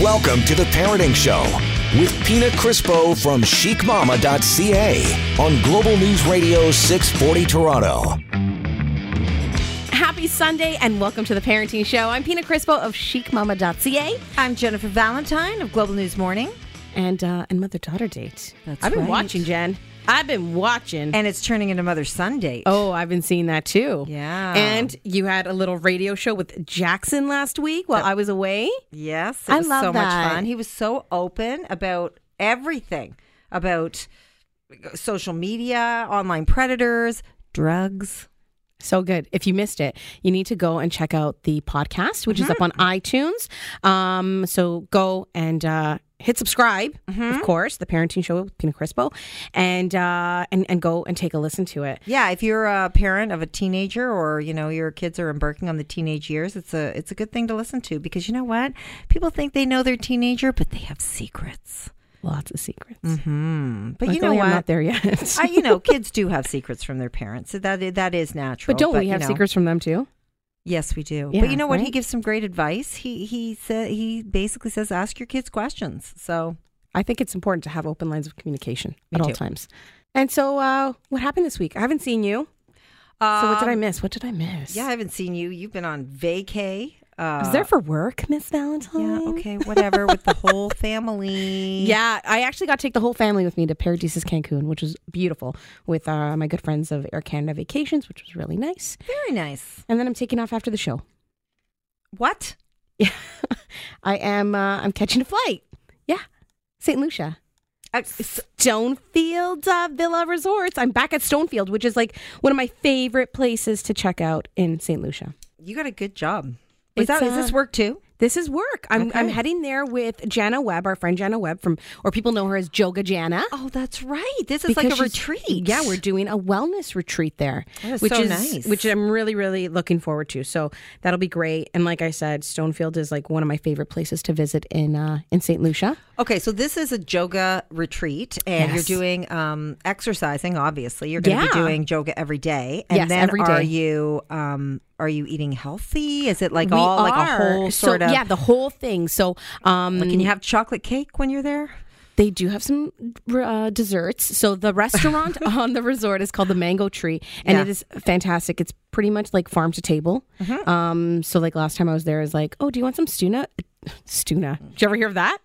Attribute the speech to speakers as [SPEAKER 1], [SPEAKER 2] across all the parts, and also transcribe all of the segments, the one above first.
[SPEAKER 1] Welcome to The Parenting Show with Pina Crispo from chicmama.ca on Global News Radio 640 Toronto.
[SPEAKER 2] Happy Sunday and welcome to the Parenting Show. I'm Pina Crispo of chicmama.ca
[SPEAKER 3] I'm Jennifer Valentine of Global News Morning,
[SPEAKER 2] and uh, and Mother Daughter Date.
[SPEAKER 3] That's
[SPEAKER 2] I've been
[SPEAKER 3] right.
[SPEAKER 2] watching, Jen. I've been watching.
[SPEAKER 3] and it's turning into Mother Sunday.
[SPEAKER 2] oh, I've been seeing that too.
[SPEAKER 3] Yeah.
[SPEAKER 2] And you had a little radio show with Jackson last week while I was away.
[SPEAKER 3] yes, it
[SPEAKER 2] I
[SPEAKER 3] was
[SPEAKER 2] love
[SPEAKER 3] so
[SPEAKER 2] that.
[SPEAKER 3] much fun. He was so open about everything about social media, online predators, drugs.
[SPEAKER 2] So good. If you missed it, you need to go and check out the podcast, which is up on
[SPEAKER 3] Mm-hmm.
[SPEAKER 2] iTunes. Um, so go and uh, hit subscribe,
[SPEAKER 3] Mm-hmm.
[SPEAKER 2] of course, the Parenting Show with Pina Crispo, and uh, and and go and take a listen to it.
[SPEAKER 3] Yeah, if you're a parent of a teenager or you know your kids are embarking on the teenage years, it's a it's a good thing to listen to because you know what? People think they know their teenager, but they have secrets.
[SPEAKER 2] Lots of secrets. Mm-hmm.
[SPEAKER 3] But you know
[SPEAKER 2] Luckily,
[SPEAKER 3] what?
[SPEAKER 2] I'm not there yet.
[SPEAKER 3] I, you know, kids do have secrets from their parents. So that i- that is natural.
[SPEAKER 2] but don't we
[SPEAKER 3] you
[SPEAKER 2] have
[SPEAKER 3] know.
[SPEAKER 2] secrets from them too?
[SPEAKER 3] Yes, we do.
[SPEAKER 2] Yeah,
[SPEAKER 3] but you know what? He
[SPEAKER 2] right?
[SPEAKER 3] gives some great advice. He he said he basically says ask your kids questions. So
[SPEAKER 2] I think it's important to have open lines of communication
[SPEAKER 3] Me
[SPEAKER 2] at all
[SPEAKER 3] too.
[SPEAKER 2] times. And so, uh, what happened this week? I haven't seen you. so what did I
[SPEAKER 3] um,
[SPEAKER 2] miss? What did I miss?
[SPEAKER 3] Yeah, I haven't seen you. You've been on vacay. Uh,
[SPEAKER 2] I was there for work, Miss Valentine.
[SPEAKER 3] yeah. Okay. Whatever. with the whole family.
[SPEAKER 2] Yeah, I actually got to take the whole family with me to Paradisus Cancun, which was beautiful, with uh, my good friends of Air Canada Vacations, which was really nice.
[SPEAKER 3] Very nice.
[SPEAKER 2] And then I'm taking off after the show.
[SPEAKER 3] What?
[SPEAKER 2] Yeah, I am. Uh, I'm catching a flight. Yeah, St. Lucia.
[SPEAKER 3] I-
[SPEAKER 2] Stonefield uh, Villa Resorts. I'm back at Stonefield, which is like one of my favorite places to check out in St. Lucia.
[SPEAKER 3] you got a good job.
[SPEAKER 2] It's,
[SPEAKER 3] Was that, is
[SPEAKER 2] uh,
[SPEAKER 3] this work too?
[SPEAKER 2] This is work. I'm, I'm
[SPEAKER 3] Okay.
[SPEAKER 2] heading there with Jana Webb, our friend Jana Webb from, or people know her as Joga Jana.
[SPEAKER 3] Oh, that's right. This
[SPEAKER 2] Because she's- Yeah, we're doing a wellness retreat there,
[SPEAKER 3] That is
[SPEAKER 2] which
[SPEAKER 3] so
[SPEAKER 2] is
[SPEAKER 3] nice.
[SPEAKER 2] which I'm really really looking forward to. So that'll be great. And like I said, Stonefield is like one of my favorite places to visit in uh, in St. Lucia.
[SPEAKER 3] Okay, so this is a yoga retreat, and
[SPEAKER 2] Yes.
[SPEAKER 3] you're doing um, exercising. Obviously, you're going to be
[SPEAKER 2] Yeah.
[SPEAKER 3] doing yoga every day, and
[SPEAKER 2] Yes,
[SPEAKER 3] then
[SPEAKER 2] every
[SPEAKER 3] are
[SPEAKER 2] day.
[SPEAKER 3] you um, are you eating healthy? Is it like
[SPEAKER 2] We
[SPEAKER 3] all like a
[SPEAKER 2] are.
[SPEAKER 3] whole
[SPEAKER 2] So,
[SPEAKER 3] sort of?
[SPEAKER 2] yeah, the whole thing. So um,
[SPEAKER 3] Can you have chocolate cake when you're there?
[SPEAKER 2] They do have some uh, desserts. So the restaurant on the resort is called the Mango Tree, and
[SPEAKER 3] Yeah.
[SPEAKER 2] it is fantastic. It's pretty much like farm to table. Um, so like last time I was there, I was like, "Oh, do you want some stuna?" Stuna. Did you ever hear of that?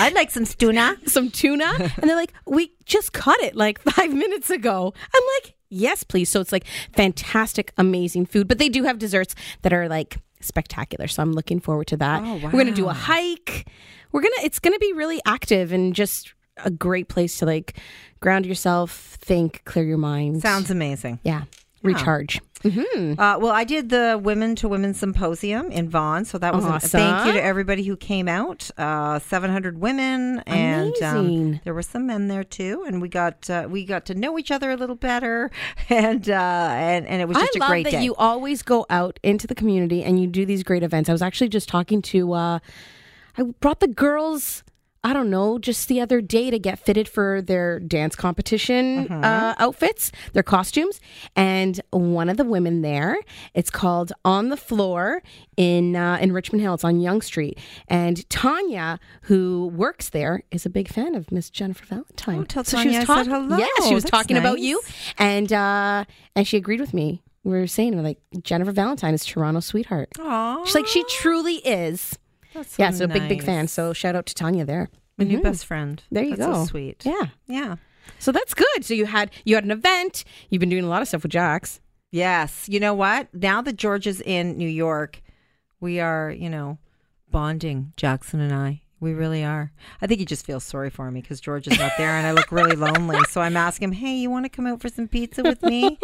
[SPEAKER 3] I'd like some stuna.
[SPEAKER 2] some tuna and they're like we just cut it like five minutes ago i'm like yes please so it's like fantastic amazing food but they do have desserts that are like spectacular so i'm looking forward to that
[SPEAKER 3] Oh,
[SPEAKER 2] we're gonna do a
[SPEAKER 3] wow.
[SPEAKER 2] hike we're gonna it's gonna be really active and just a great place to like ground yourself think clear your mind
[SPEAKER 3] Sounds amazing.
[SPEAKER 2] yeah recharge
[SPEAKER 3] Uh, well, I did the Women to Women Symposium in Vaughan, so that was a thank you
[SPEAKER 2] Awesome.
[SPEAKER 3] to everybody who came out. Uh, Seven hundred women, and um,
[SPEAKER 2] Amazing.
[SPEAKER 3] there were some men there too, and we got uh, we got to know each other a little better, and uh, and and it was
[SPEAKER 2] I
[SPEAKER 3] just
[SPEAKER 2] love
[SPEAKER 3] a great
[SPEAKER 2] that
[SPEAKER 3] day.
[SPEAKER 2] you always go out into the community and you do these great events. I was actually just talking to, uh, I brought the girls, I don't know, just the other day to get fitted for their dance competition
[SPEAKER 3] Mm-hmm.
[SPEAKER 2] uh, outfits, their costumes. And one of the women there, it's called On the Floor in, uh, in Richmond Hill. It's on Young Street. And Tanya, who works there, is a big fan of Miss Jennifer Valentine.
[SPEAKER 3] Oh, tell
[SPEAKER 2] so she
[SPEAKER 3] Tanya
[SPEAKER 2] was
[SPEAKER 3] I said
[SPEAKER 2] talk-
[SPEAKER 3] hello.
[SPEAKER 2] Yeah, she was
[SPEAKER 3] That's
[SPEAKER 2] talking about
[SPEAKER 3] nice.
[SPEAKER 2] you and uh and she agreed with me. We were saying we're like Jennifer Valentine is Toronto sweetheart.
[SPEAKER 3] Aw,
[SPEAKER 2] She's like she truly is.
[SPEAKER 3] that's so
[SPEAKER 2] yeah, so big big
[SPEAKER 3] nice.
[SPEAKER 2] fan. So shout out to Tanya there.
[SPEAKER 3] My new best friend.
[SPEAKER 2] There you
[SPEAKER 3] That's
[SPEAKER 2] go.
[SPEAKER 3] So sweet.
[SPEAKER 2] Yeah.
[SPEAKER 3] Yeah.
[SPEAKER 2] So that's good. So you had you had an event. You've been doing a lot of stuff with Jax.
[SPEAKER 3] Yes. You know what? Now that George is in New York, we are, you know, bonding, Jackson and I. We really are. I think he just feels sorry for me because George is not there and I look really lonely. So I'm asking him, hey, you want to come out for some pizza with me?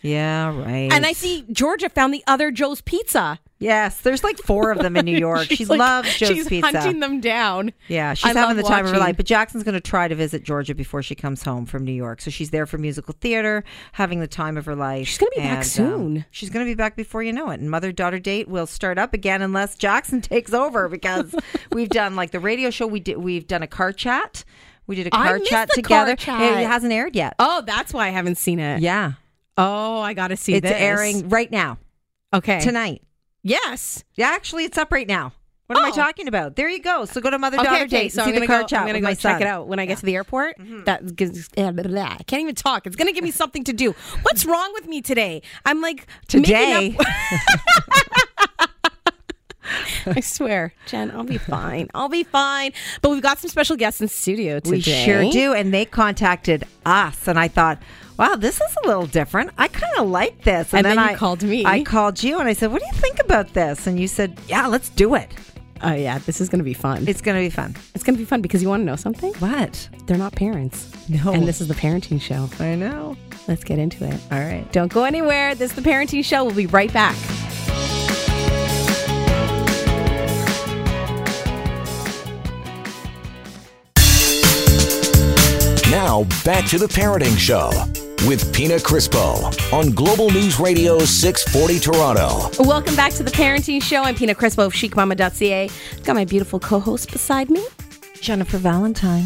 [SPEAKER 3] yeah, right.
[SPEAKER 2] And I see Georgia found the other Joe's Pizza.
[SPEAKER 3] Yes, there's like four of them in New York. she
[SPEAKER 2] like-
[SPEAKER 3] loves Joe's
[SPEAKER 2] she's
[SPEAKER 3] Pizza.
[SPEAKER 2] hunting them down.
[SPEAKER 3] Yeah,
[SPEAKER 2] I
[SPEAKER 3] she's
[SPEAKER 2] love
[SPEAKER 3] having the time of her
[SPEAKER 2] watching.
[SPEAKER 3] life. But Jackson's going to try to visit Georgia before she comes home from New York. So she's there for musical theater, having the time of her life.
[SPEAKER 2] She's gonna be back
[SPEAKER 3] And, um,
[SPEAKER 2] soon.
[SPEAKER 3] she's going to be back before you know it. And mother daughter date will start up again unless Jackson takes over because we've done like the radio show. We did. We've done a car chat. We did a
[SPEAKER 2] I
[SPEAKER 3] car
[SPEAKER 2] missed
[SPEAKER 3] chat
[SPEAKER 2] the car
[SPEAKER 3] together.
[SPEAKER 2] chat.
[SPEAKER 3] It hasn't aired yet.
[SPEAKER 2] Oh, that's why I haven't seen it.
[SPEAKER 3] yeah,
[SPEAKER 2] Oh, I gotta see
[SPEAKER 3] it's
[SPEAKER 2] this.
[SPEAKER 3] airing right now
[SPEAKER 2] okay
[SPEAKER 3] tonight.
[SPEAKER 2] Yes.
[SPEAKER 3] Yeah, actually, it's up right now. What am I talking about? There you go. So go to Mother Daughter Date. and
[SPEAKER 2] Oh. so
[SPEAKER 3] see
[SPEAKER 2] I'm
[SPEAKER 3] the
[SPEAKER 2] gonna
[SPEAKER 3] card
[SPEAKER 2] go,
[SPEAKER 3] shop.
[SPEAKER 2] I'm gonna
[SPEAKER 3] with
[SPEAKER 2] go
[SPEAKER 3] my
[SPEAKER 2] check
[SPEAKER 3] son. Mm-hmm.
[SPEAKER 2] it out when I get to the airport. That gives uh, blah, blah. I can't even talk. It's gonna give me something to do. What's wrong with me today? I'm like making
[SPEAKER 3] Today.
[SPEAKER 2] up- I swear, Jen, I'll be fine. I'll be fine. But we've got some special guests in studio today.
[SPEAKER 3] We sure do. And they contacted us, and I thought, wow, this is a little different. I kind of like this.
[SPEAKER 2] And then you
[SPEAKER 3] I
[SPEAKER 2] called me.
[SPEAKER 3] I called you, and I said, what do you think about this? And you said, yeah, let's do it.
[SPEAKER 2] Oh yeah, this is gonna be fun.
[SPEAKER 3] It's going to be fun.
[SPEAKER 2] It's gonna be fun because you want to know something?
[SPEAKER 3] What?
[SPEAKER 2] They're not parents.
[SPEAKER 3] No.
[SPEAKER 2] And this is the parenting show.
[SPEAKER 3] I know.
[SPEAKER 2] Let's get into it.
[SPEAKER 3] All right.
[SPEAKER 2] Don't go anywhere. This is the parenting show. We'll be right back.
[SPEAKER 1] Now, back to the parenting show with Pina Crispo on Global News Radio 640 Toronto.
[SPEAKER 2] Welcome back to the parenting show. I'm Pina Crispo of chicmama.ca. Got my beautiful co-host beside me,
[SPEAKER 3] Jennifer Valentine.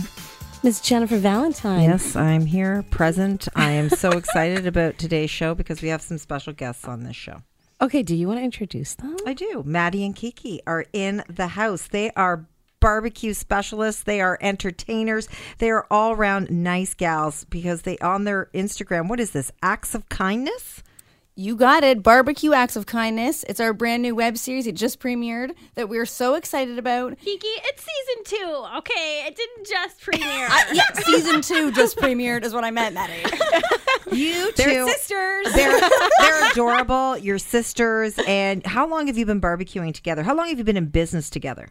[SPEAKER 2] Miss Jennifer Valentine.
[SPEAKER 3] Yes, I'm here, present. I am so excited about today's show because we have some special guests on this show.
[SPEAKER 2] Okay, do you want to introduce them?
[SPEAKER 3] I do. Maddie and Kiki are in the house. They are barbecue specialists. They are entertainers. They are all round nice gals because they on their Instagram. What is this? Acts of kindness.
[SPEAKER 4] You got it. Barbecue Acts of Kindness. It's our brand new web series. It just premiered that we're so excited about.
[SPEAKER 5] Kiki, it's season two, okay? It didn't just premiere.
[SPEAKER 4] Yeah, season two just premiered is what I meant, Maddie.
[SPEAKER 3] You
[SPEAKER 4] They're
[SPEAKER 3] two,
[SPEAKER 4] sisters.
[SPEAKER 3] they're, they're adorable. Your sisters. And how long have you been barbecuing together? How long have you been in business together?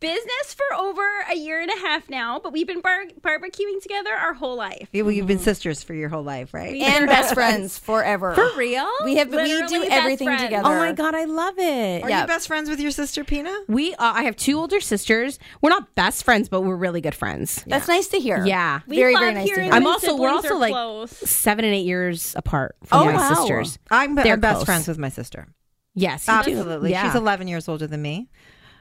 [SPEAKER 5] Business for over a year and a half now, but we've been bar- barbecuing together our whole life.
[SPEAKER 3] Yeah, well, you've been sisters for your whole life, right?
[SPEAKER 4] and best friends forever.
[SPEAKER 5] For real?
[SPEAKER 4] We have we
[SPEAKER 5] Literally
[SPEAKER 4] do
[SPEAKER 5] best
[SPEAKER 4] everything
[SPEAKER 5] friends.
[SPEAKER 4] together.
[SPEAKER 2] Oh my god, I love it.
[SPEAKER 3] Are you best friends with your sister Pina?
[SPEAKER 2] We are, I have two older sisters. We're not best friends, but we're really good friends.
[SPEAKER 4] That's nice to hear.
[SPEAKER 2] Yeah.
[SPEAKER 5] We
[SPEAKER 4] very
[SPEAKER 5] love
[SPEAKER 4] very nice to
[SPEAKER 5] hearing
[SPEAKER 4] hear.
[SPEAKER 5] when
[SPEAKER 2] I'm also we're
[SPEAKER 5] siblings
[SPEAKER 2] also
[SPEAKER 5] are
[SPEAKER 2] like
[SPEAKER 5] close.
[SPEAKER 2] seven and eight years apart from
[SPEAKER 4] Oh,
[SPEAKER 2] my
[SPEAKER 4] wow.
[SPEAKER 2] sisters.
[SPEAKER 3] I'm,
[SPEAKER 2] They're
[SPEAKER 3] I'm best
[SPEAKER 2] close.
[SPEAKER 3] friends with my sister.
[SPEAKER 2] Yes, you do.
[SPEAKER 3] Absolutely.
[SPEAKER 2] Yeah.
[SPEAKER 3] She's 11 years older than me.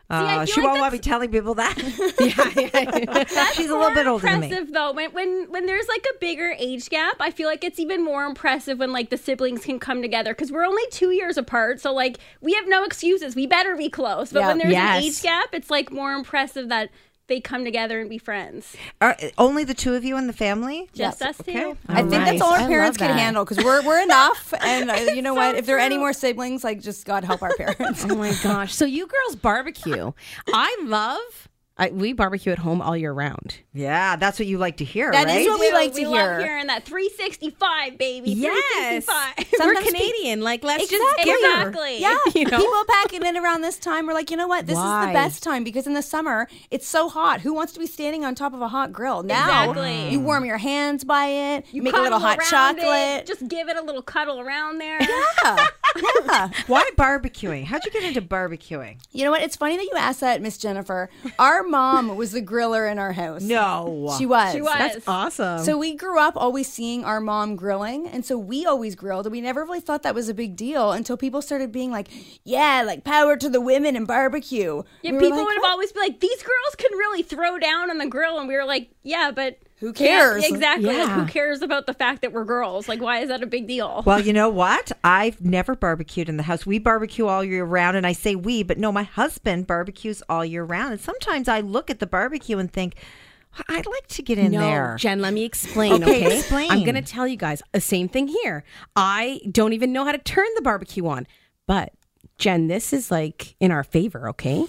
[SPEAKER 5] I
[SPEAKER 3] Uh,
[SPEAKER 5] feel
[SPEAKER 3] she
[SPEAKER 5] like
[SPEAKER 3] won't want
[SPEAKER 5] that's-
[SPEAKER 3] me telling people that. She's a
[SPEAKER 5] More
[SPEAKER 3] little bit older than
[SPEAKER 5] impressive,
[SPEAKER 3] me.
[SPEAKER 5] though. When, when when there's like a bigger age gap, I feel like it's even more impressive when like the siblings can come together because we're only two years apart. So like we have no excuses. We better be close. But
[SPEAKER 4] Yeah.
[SPEAKER 5] when there's
[SPEAKER 2] Yes.
[SPEAKER 5] an age gap, it's like more impressive that they come together and be friends.
[SPEAKER 3] Are, only the two of you in the family?
[SPEAKER 5] Just
[SPEAKER 4] Yes.
[SPEAKER 5] us two.
[SPEAKER 3] Okay.
[SPEAKER 4] I think
[SPEAKER 2] Nice.
[SPEAKER 4] that's all
[SPEAKER 2] I
[SPEAKER 4] our
[SPEAKER 2] love
[SPEAKER 4] parents can
[SPEAKER 2] that.
[SPEAKER 4] handle because we're we're enough. And uh, you know
[SPEAKER 5] so
[SPEAKER 4] what? If there are any
[SPEAKER 5] true.
[SPEAKER 4] more siblings, like just God help our parents.
[SPEAKER 2] Oh my gosh. So you girls barbecue. I love I, we barbecue at home all year round.
[SPEAKER 3] Yeah, that's what you like to hear,
[SPEAKER 4] That
[SPEAKER 3] right?
[SPEAKER 4] is what we
[SPEAKER 5] do.
[SPEAKER 4] like to
[SPEAKER 5] we
[SPEAKER 4] hear.
[SPEAKER 5] Love hearing that 365, baby.
[SPEAKER 2] Yes.
[SPEAKER 5] 365.
[SPEAKER 4] Sometimes
[SPEAKER 2] we're
[SPEAKER 4] pe-
[SPEAKER 2] Canadian. like, let's just
[SPEAKER 4] Exactly.
[SPEAKER 2] give her.
[SPEAKER 5] Exactly.
[SPEAKER 4] Yeah.
[SPEAKER 2] You know?
[SPEAKER 4] People packing in around this time were like, you know what? This is
[SPEAKER 2] Why?
[SPEAKER 4] the best time because in the summer, it's so hot. Who wants to be standing on top of a hot grill? Now,
[SPEAKER 5] Exactly.
[SPEAKER 4] you warm your hands by it, you make a
[SPEAKER 5] Cuddle
[SPEAKER 4] little hot
[SPEAKER 5] around it,
[SPEAKER 4] chocolate.
[SPEAKER 5] Just give it a little cuddle around there.
[SPEAKER 4] yeah. yeah.
[SPEAKER 3] Why barbecuing? How'd you get into barbecuing?
[SPEAKER 4] You know what? It's funny that you asked that, Miss Jennifer. Our mom was the griller in our house.
[SPEAKER 3] No.
[SPEAKER 4] She was.
[SPEAKER 5] She was.
[SPEAKER 2] Awesome.
[SPEAKER 4] So we grew up always seeing our mom grilling, and so we always grilled, and we never really thought that was a big deal until people started being like, "Yeah, like power to the women and barbecue."
[SPEAKER 5] Yeah,
[SPEAKER 4] We were
[SPEAKER 5] people
[SPEAKER 4] like,
[SPEAKER 5] would have
[SPEAKER 4] "What?"
[SPEAKER 5] always been like, these girls can really throw down on the grill. And we were like, yeah, but.
[SPEAKER 4] Who
[SPEAKER 5] can't-
[SPEAKER 4] cares?
[SPEAKER 5] exactly. Like,
[SPEAKER 2] Yeah.
[SPEAKER 5] who cares about the fact that we're girls? Like, why is that a big deal?
[SPEAKER 3] Well, you know what? I've never barbecued in the house. We barbecue all year round, and I say we, but no, my husband barbecues all year round. And sometimes I look at the barbecue and think, I'd like to get in
[SPEAKER 2] no,
[SPEAKER 3] there.
[SPEAKER 2] Jen, let me explain.
[SPEAKER 3] Okay,
[SPEAKER 2] Okay,
[SPEAKER 3] explain.
[SPEAKER 2] I'm going to tell you guys the same thing here. I don't even know how to turn the barbecue on, but Jen, this is like in our favor, okay?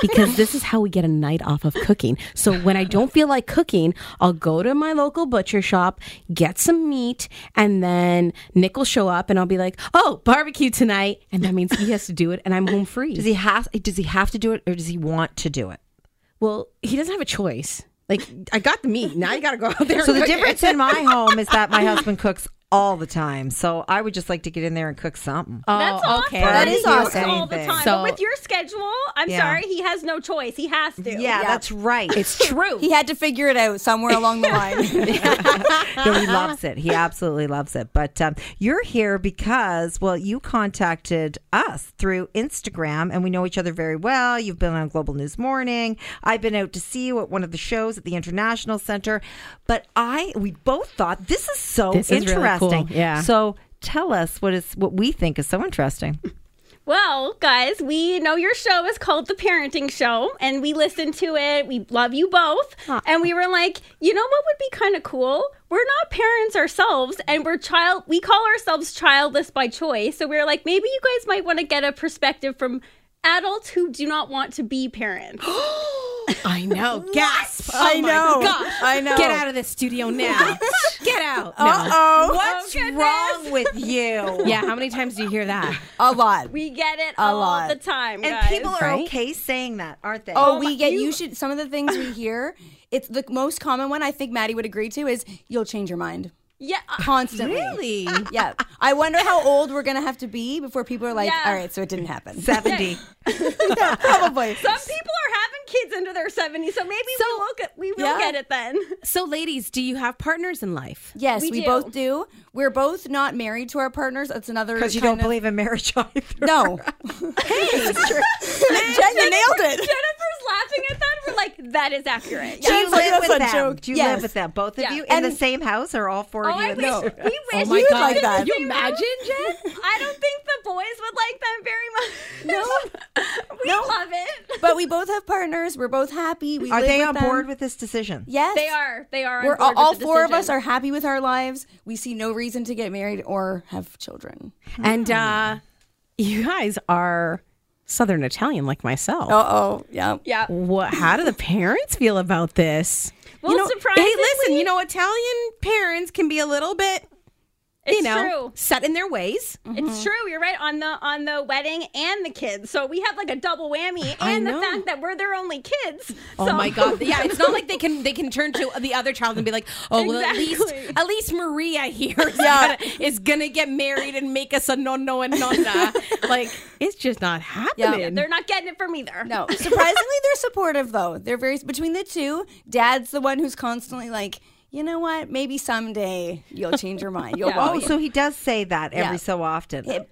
[SPEAKER 2] because this is how we get a night off of cooking. So when I don't feel like cooking, I'll go to my local butcher shop, get some meat, and then Nick will show up and I'll be like, oh, barbecue tonight. And that means he has to do it and I'm home free.
[SPEAKER 3] Does he have? Does he have to do it, or does he want to do it?
[SPEAKER 2] Well, he doesn't have a choice. Like I got the meat. Now you got to go out there.
[SPEAKER 3] So
[SPEAKER 2] and
[SPEAKER 3] the
[SPEAKER 2] cook it.
[SPEAKER 3] difference in my home is that my husband cooks all the time. So I would just like to get in there and cook something.
[SPEAKER 2] Oh,
[SPEAKER 5] That's awesome.
[SPEAKER 2] okay.
[SPEAKER 4] That is
[SPEAKER 5] He works
[SPEAKER 4] awesome.
[SPEAKER 5] All the time.
[SPEAKER 2] So-
[SPEAKER 5] but with your schedule, I'm
[SPEAKER 3] Yeah.
[SPEAKER 5] sorry, he has no choice. He has to.
[SPEAKER 3] yeah, that's right.
[SPEAKER 2] It's true.
[SPEAKER 4] He had to figure it out somewhere along the line.
[SPEAKER 3] no, he loves it. He absolutely loves it. But um, you're here because, well, you contacted us through Instagram and we know each other very well. You've been on Global News Morning. I've been out to see you at one of the shows at the International Center. But I, we both thought this is so
[SPEAKER 2] This is really
[SPEAKER 3] interesting.
[SPEAKER 2] cool. Yeah.
[SPEAKER 3] So tell us what is what we think is so interesting.
[SPEAKER 5] Well, guys, we know your show is called The Parenting Show, and we listened to it. We love you both. And we were like, you know what would be kind of cool? We're not parents ourselves, and we're child. We call ourselves childless by choice. So we are like, maybe you guys might want to get a perspective from adults who do not want to be parents.
[SPEAKER 2] I know. Gasp. Oh
[SPEAKER 4] I
[SPEAKER 2] my
[SPEAKER 4] know.
[SPEAKER 2] gosh.
[SPEAKER 4] I know.
[SPEAKER 2] Get out of the studio now. Get out. No.
[SPEAKER 4] Uh oh.
[SPEAKER 3] What's wrong with you?
[SPEAKER 2] Yeah, how many times do you hear that?
[SPEAKER 4] A lot.
[SPEAKER 5] we get it
[SPEAKER 4] A
[SPEAKER 5] all
[SPEAKER 4] lot.
[SPEAKER 5] the time,
[SPEAKER 3] And
[SPEAKER 5] guys.
[SPEAKER 3] people are
[SPEAKER 2] Right?
[SPEAKER 3] okay saying that, aren't they?
[SPEAKER 4] Oh, we get you, should some of the things we hear. It's the most common one I think Maddie would agree to is you'll change your mind
[SPEAKER 5] yeah. uh,
[SPEAKER 4] constantly.
[SPEAKER 2] Really?
[SPEAKER 4] Yeah. I wonder how old we're gonna have to be before people are like,
[SPEAKER 5] Yeah.
[SPEAKER 4] all right, so it didn't happen.
[SPEAKER 3] seventy.
[SPEAKER 4] yeah, probably.
[SPEAKER 5] Some people are having kids into their 70s, so maybe
[SPEAKER 2] So-
[SPEAKER 5] we'll look at, we will
[SPEAKER 4] Yeah.
[SPEAKER 5] get it then.
[SPEAKER 2] So, ladies, do you have partners in life?
[SPEAKER 4] Yes,
[SPEAKER 5] We
[SPEAKER 4] we,
[SPEAKER 5] do.
[SPEAKER 4] both do. We're both not married to our partners. That's another
[SPEAKER 3] Because you
[SPEAKER 4] kind
[SPEAKER 3] don't
[SPEAKER 4] of-
[SPEAKER 3] believe in marriage either.
[SPEAKER 4] No. hey, it's true. Jen, you nailed it.
[SPEAKER 5] Jennifer's laughing at that. We're like, that is accurate.
[SPEAKER 3] Do you
[SPEAKER 4] Jen's like,
[SPEAKER 3] live
[SPEAKER 4] "That's
[SPEAKER 3] with
[SPEAKER 4] a
[SPEAKER 3] them?
[SPEAKER 4] joke."
[SPEAKER 3] Do you
[SPEAKER 4] Yes.
[SPEAKER 3] live with them? Both of
[SPEAKER 5] Yeah.
[SPEAKER 3] you in
[SPEAKER 4] And-
[SPEAKER 3] the same house or all four
[SPEAKER 5] Oh,
[SPEAKER 3] of you?
[SPEAKER 5] I
[SPEAKER 3] in
[SPEAKER 5] wish,
[SPEAKER 3] the
[SPEAKER 5] we
[SPEAKER 3] same-
[SPEAKER 5] wish
[SPEAKER 4] Oh my
[SPEAKER 5] you
[SPEAKER 4] God.
[SPEAKER 5] lived
[SPEAKER 4] Like
[SPEAKER 5] in
[SPEAKER 4] that.
[SPEAKER 5] the
[SPEAKER 4] You
[SPEAKER 5] same
[SPEAKER 2] imagine,
[SPEAKER 5] room. I don't think the boys would like them very much. No. we
[SPEAKER 4] No.
[SPEAKER 5] love it.
[SPEAKER 4] But we both have partners. We're both happy. We
[SPEAKER 3] Are
[SPEAKER 4] live
[SPEAKER 3] they
[SPEAKER 4] with
[SPEAKER 3] on
[SPEAKER 4] them.
[SPEAKER 3] board with this decision?
[SPEAKER 4] Yes.
[SPEAKER 5] They are. They are. on
[SPEAKER 4] We're all,
[SPEAKER 5] board with
[SPEAKER 4] all
[SPEAKER 5] the
[SPEAKER 4] four of
[SPEAKER 5] decision.
[SPEAKER 4] us are happy with our lives. We see no reason to get married or have children.
[SPEAKER 2] And uh, you guys are Southern Italian like myself.
[SPEAKER 4] Uh oh. Yeah.
[SPEAKER 5] Yeah.
[SPEAKER 2] What, how do the parents feel about this?
[SPEAKER 5] Well,
[SPEAKER 2] you know,
[SPEAKER 5] surprisingly,
[SPEAKER 2] hey, listen, you know, Italian parents can be a little bit,
[SPEAKER 5] it's
[SPEAKER 2] you know, Mm-hmm.
[SPEAKER 5] true.
[SPEAKER 2] set in their ways.
[SPEAKER 5] It's true. You're right on the on the wedding and the kids. So we have like a double whammy,
[SPEAKER 2] I
[SPEAKER 5] and the
[SPEAKER 2] know.
[SPEAKER 5] fact that we're their only kids.
[SPEAKER 2] Oh
[SPEAKER 5] so-
[SPEAKER 2] my god! Yeah, it's not like they can they can turn to the other child and be like, "Oh, well, at least
[SPEAKER 5] Exactly.
[SPEAKER 2] at least Maria here is,
[SPEAKER 4] Yeah.
[SPEAKER 2] gonna, is gonna get married and make us a nonno and nonna." like it's just not happening.
[SPEAKER 4] Yeah,
[SPEAKER 5] They're not getting it from either.
[SPEAKER 4] No. Surprisingly, they're supportive though. They're very between the two. Dad's the one who's constantly like, you know what? Maybe someday you'll change your mind. You'll
[SPEAKER 5] Yeah.
[SPEAKER 3] Oh, so he does say that every
[SPEAKER 4] Yeah.
[SPEAKER 3] so often. Okay.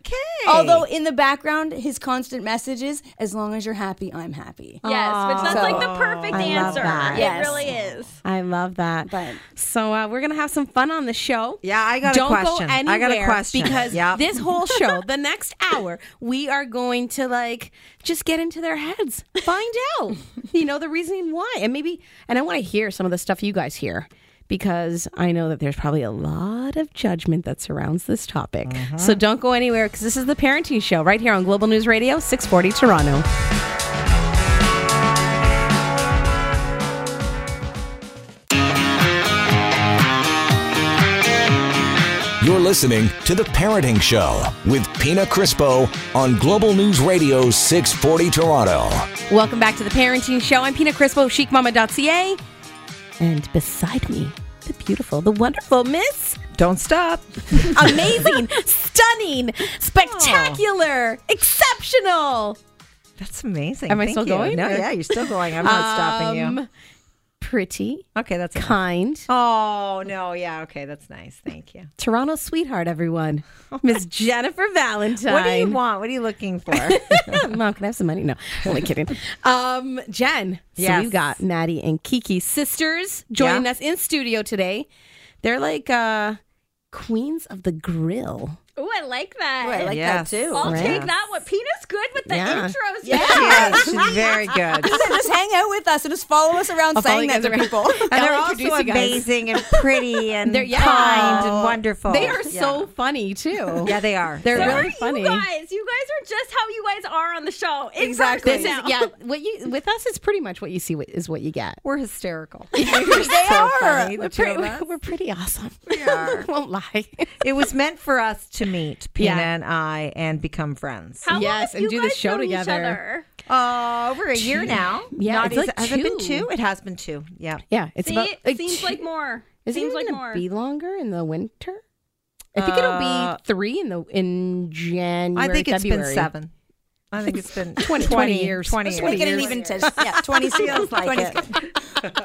[SPEAKER 4] Although in the background, his constant message is, "As long as you're happy, I'm happy."
[SPEAKER 5] Yes, which that's like the
[SPEAKER 4] So-
[SPEAKER 5] perfect
[SPEAKER 2] I love
[SPEAKER 5] answer.
[SPEAKER 2] that.
[SPEAKER 5] It
[SPEAKER 4] Yes.
[SPEAKER 5] really is.
[SPEAKER 2] I love that.
[SPEAKER 4] But-
[SPEAKER 2] so uh, we're gonna have some fun on the show.
[SPEAKER 3] Yeah, I got a
[SPEAKER 2] Don't
[SPEAKER 3] question.
[SPEAKER 2] go anywhere
[SPEAKER 3] I got a question.
[SPEAKER 2] because
[SPEAKER 3] Yep.
[SPEAKER 2] this whole show, the next hour, we are going to like just get into their heads, find out, you know, the reasoning why, and maybe, and I want to hear some of the stuff you guys hear because I know that there's probably a lot of judgment that surrounds this topic.
[SPEAKER 3] Uh-huh.
[SPEAKER 2] So don't go anywhere because this is the Parenting Show right here on Global News Radio 640 Toronto.
[SPEAKER 1] You're listening to The Parenting Show with Pina Crispo on Global News Radio 640 Toronto.
[SPEAKER 2] Welcome back to the Parenting Show. I'm Pina Crispo of chicmama.ca. And beside me, the beautiful, the wonderful Miss,
[SPEAKER 3] Don't stop.
[SPEAKER 2] amazing, stunning, spectacular,
[SPEAKER 3] Oh.
[SPEAKER 2] exceptional,
[SPEAKER 3] That's amazing.
[SPEAKER 2] Am I
[SPEAKER 3] Thank
[SPEAKER 2] still
[SPEAKER 3] you.
[SPEAKER 2] going?
[SPEAKER 3] No,
[SPEAKER 2] Or-
[SPEAKER 3] yeah, you're still going. I'm not stopping you.
[SPEAKER 2] um, pretty,
[SPEAKER 3] Okay, that's enough.
[SPEAKER 2] kind,
[SPEAKER 3] Oh no, yeah, okay, that's nice. Thank you.
[SPEAKER 2] Toronto sweetheart, everyone, Miss Jennifer Valentine.
[SPEAKER 3] Oh What do you want? What are you looking for?
[SPEAKER 2] Mom, can I have some money? No, only kidding. Um, Jen, so
[SPEAKER 3] Yes.
[SPEAKER 2] you got Maddie and Kiki sisters joining
[SPEAKER 3] Yeah.
[SPEAKER 2] us in studio today. They're like uh, queens of the grill.
[SPEAKER 5] Oh, I like that.
[SPEAKER 4] Ooh, I like
[SPEAKER 3] Yes.
[SPEAKER 4] that too.
[SPEAKER 5] I'll
[SPEAKER 2] Right.
[SPEAKER 5] take that one. Pina's good with the
[SPEAKER 2] Yeah.
[SPEAKER 5] intros.
[SPEAKER 4] Yeah.
[SPEAKER 3] yeah, she's very good.
[SPEAKER 4] just hang out with us and just follow us around
[SPEAKER 2] I'll follow
[SPEAKER 4] saying
[SPEAKER 2] you
[SPEAKER 4] that to
[SPEAKER 2] guys
[SPEAKER 4] people.
[SPEAKER 2] around.
[SPEAKER 3] And they're
[SPEAKER 2] I'll
[SPEAKER 3] also
[SPEAKER 2] introduce you guys.
[SPEAKER 3] amazing and pretty and
[SPEAKER 2] They're- yeah.
[SPEAKER 3] kind and wonderful.
[SPEAKER 2] They are
[SPEAKER 3] Yeah.
[SPEAKER 2] so funny too.
[SPEAKER 3] Yeah, they are.
[SPEAKER 2] They're
[SPEAKER 5] So
[SPEAKER 2] really
[SPEAKER 5] are
[SPEAKER 2] funny.
[SPEAKER 5] You guys, you guys are just how you guys are on the show. In
[SPEAKER 4] Exactly.
[SPEAKER 5] Person
[SPEAKER 2] This
[SPEAKER 5] now.
[SPEAKER 2] is yeah. What you with us is pretty much what you see is what you get.
[SPEAKER 3] We're hysterical.
[SPEAKER 4] they are.
[SPEAKER 2] We're
[SPEAKER 3] two of
[SPEAKER 2] pretty,
[SPEAKER 3] us.
[SPEAKER 2] we're pretty awesome. We
[SPEAKER 3] are.
[SPEAKER 2] Won't lie.
[SPEAKER 3] It was meant for us to meet Pina
[SPEAKER 2] Yeah.
[SPEAKER 3] and I and become friends.
[SPEAKER 5] How
[SPEAKER 2] Yes,
[SPEAKER 5] long have
[SPEAKER 2] and
[SPEAKER 5] you
[SPEAKER 2] do the
[SPEAKER 5] guys
[SPEAKER 2] show
[SPEAKER 5] known each
[SPEAKER 2] together.
[SPEAKER 5] other?
[SPEAKER 3] Uh, over a year now.
[SPEAKER 2] Yeah,
[SPEAKER 3] Not
[SPEAKER 2] it's
[SPEAKER 3] ex-
[SPEAKER 2] like
[SPEAKER 3] has it been
[SPEAKER 2] two.
[SPEAKER 3] two? It has been two. Yeah.
[SPEAKER 2] Yeah, it's
[SPEAKER 5] See,
[SPEAKER 2] about.
[SPEAKER 5] it seems like more.
[SPEAKER 2] Is
[SPEAKER 5] seems
[SPEAKER 2] it
[SPEAKER 5] like
[SPEAKER 2] going
[SPEAKER 5] more.
[SPEAKER 2] to be longer in the winter? I think it'll
[SPEAKER 3] Uh,
[SPEAKER 2] be three in the in January.
[SPEAKER 3] I think it's
[SPEAKER 2] February.
[SPEAKER 3] been seven. I think it's been
[SPEAKER 2] 20 years.
[SPEAKER 3] 20
[SPEAKER 2] Just
[SPEAKER 3] years.
[SPEAKER 2] wanna
[SPEAKER 4] Make it an even touch. Yeah, 20
[SPEAKER 3] Feels like
[SPEAKER 4] 20
[SPEAKER 3] it.